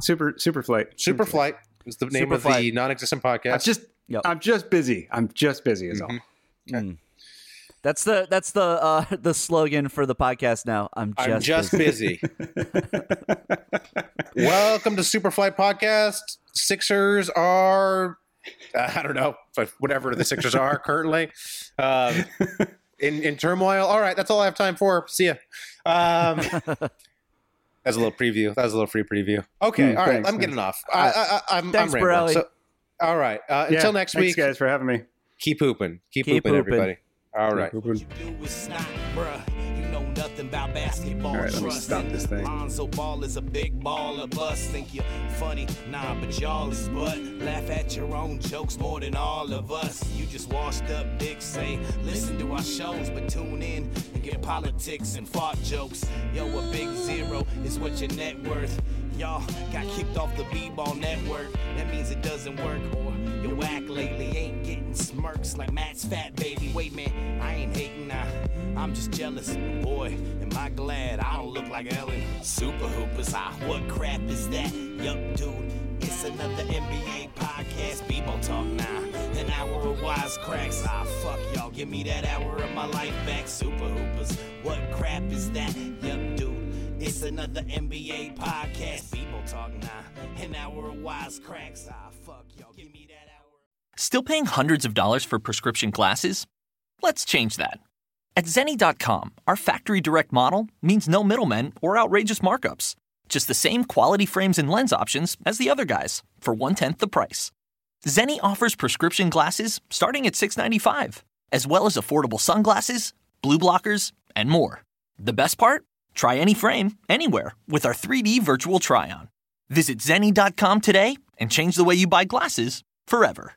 S4: super super flight
S2: Superflight is the name of the
S3: Superflight.
S2: non-existent
S4: i'm
S2: podcast.
S4: just
S3: Yep.
S4: i'm just busy i'm just busy is
S2: Mm-hmm.
S4: all
S3: Hmm. That's the that's the uh the slogan for the podcast now. I'm just,
S2: I'm just
S3: busy.
S2: busy. Welcome to Superflight Podcast. Sixers are, uh, I don't know, but whatever the Sixers are currently, um, in in turmoil. All right, that's all I have time for. See ya. Um, that's a little preview. That was a little free preview. Okay,
S4: Mm,
S2: all right,
S4: thanks,
S2: I'm
S4: man.
S2: getting off. I, I, I, am
S3: Thanks,
S2: I'm rambling.
S3: Borelli.
S2: So, all right, uh,
S4: Yeah,
S2: until next
S4: thanks
S2: week,
S4: guys for having me
S2: keep hooping, keep,
S3: Keep
S2: hooping,
S3: hooping.
S2: everybody. All right.
S9: you do is snot, bruh. You know nothing about basketball.
S4: All right, let me
S9: Trust
S4: stop
S9: in
S4: this thing.
S9: Lonzo Ball is a big baller. Bust think you're funny, nah, but y'all is but laugh at your own jokes more than all of us. You just washed up dicks, say listen to our shows, but tune in and get politics and fart jokes. Yo, a big zero is what your net worth. Y'all got kicked off the b-ball network. That means it doesn't work, or Your whack lately ain't getting smirks like Matt's fat baby. Wait, man, I ain't hating now. I'm just jealous. Boy, am I glad I don't look like Ellen. Super Hoopers, ah, what crap is that? Yup, dude, it's another NBA podcast. Bebo talk now. An hour of wisecracks. Ah, fuck y'all, give me that hour of my life back. Super Hoopers, what crap is that? Yup, dude. It's another NBA podcast. People talk now. An hour of wisecracks. Ah, fuck y'all. Give me that hour.
S10: Still paying hundreds of dollars for prescription glasses? Let's change that. At Zenni.com, our factory direct model means no middlemen or outrageous markups. Just the same quality frames and lens options as the other guys for one tenth the price. Zenni offers prescription glasses starting at $6.95, as well as affordable sunglasses, blue blockers, and more. The best part? Try any frame, anywhere, with our 3D virtual try on. Visit Zenni.com today and change the way you buy glasses forever.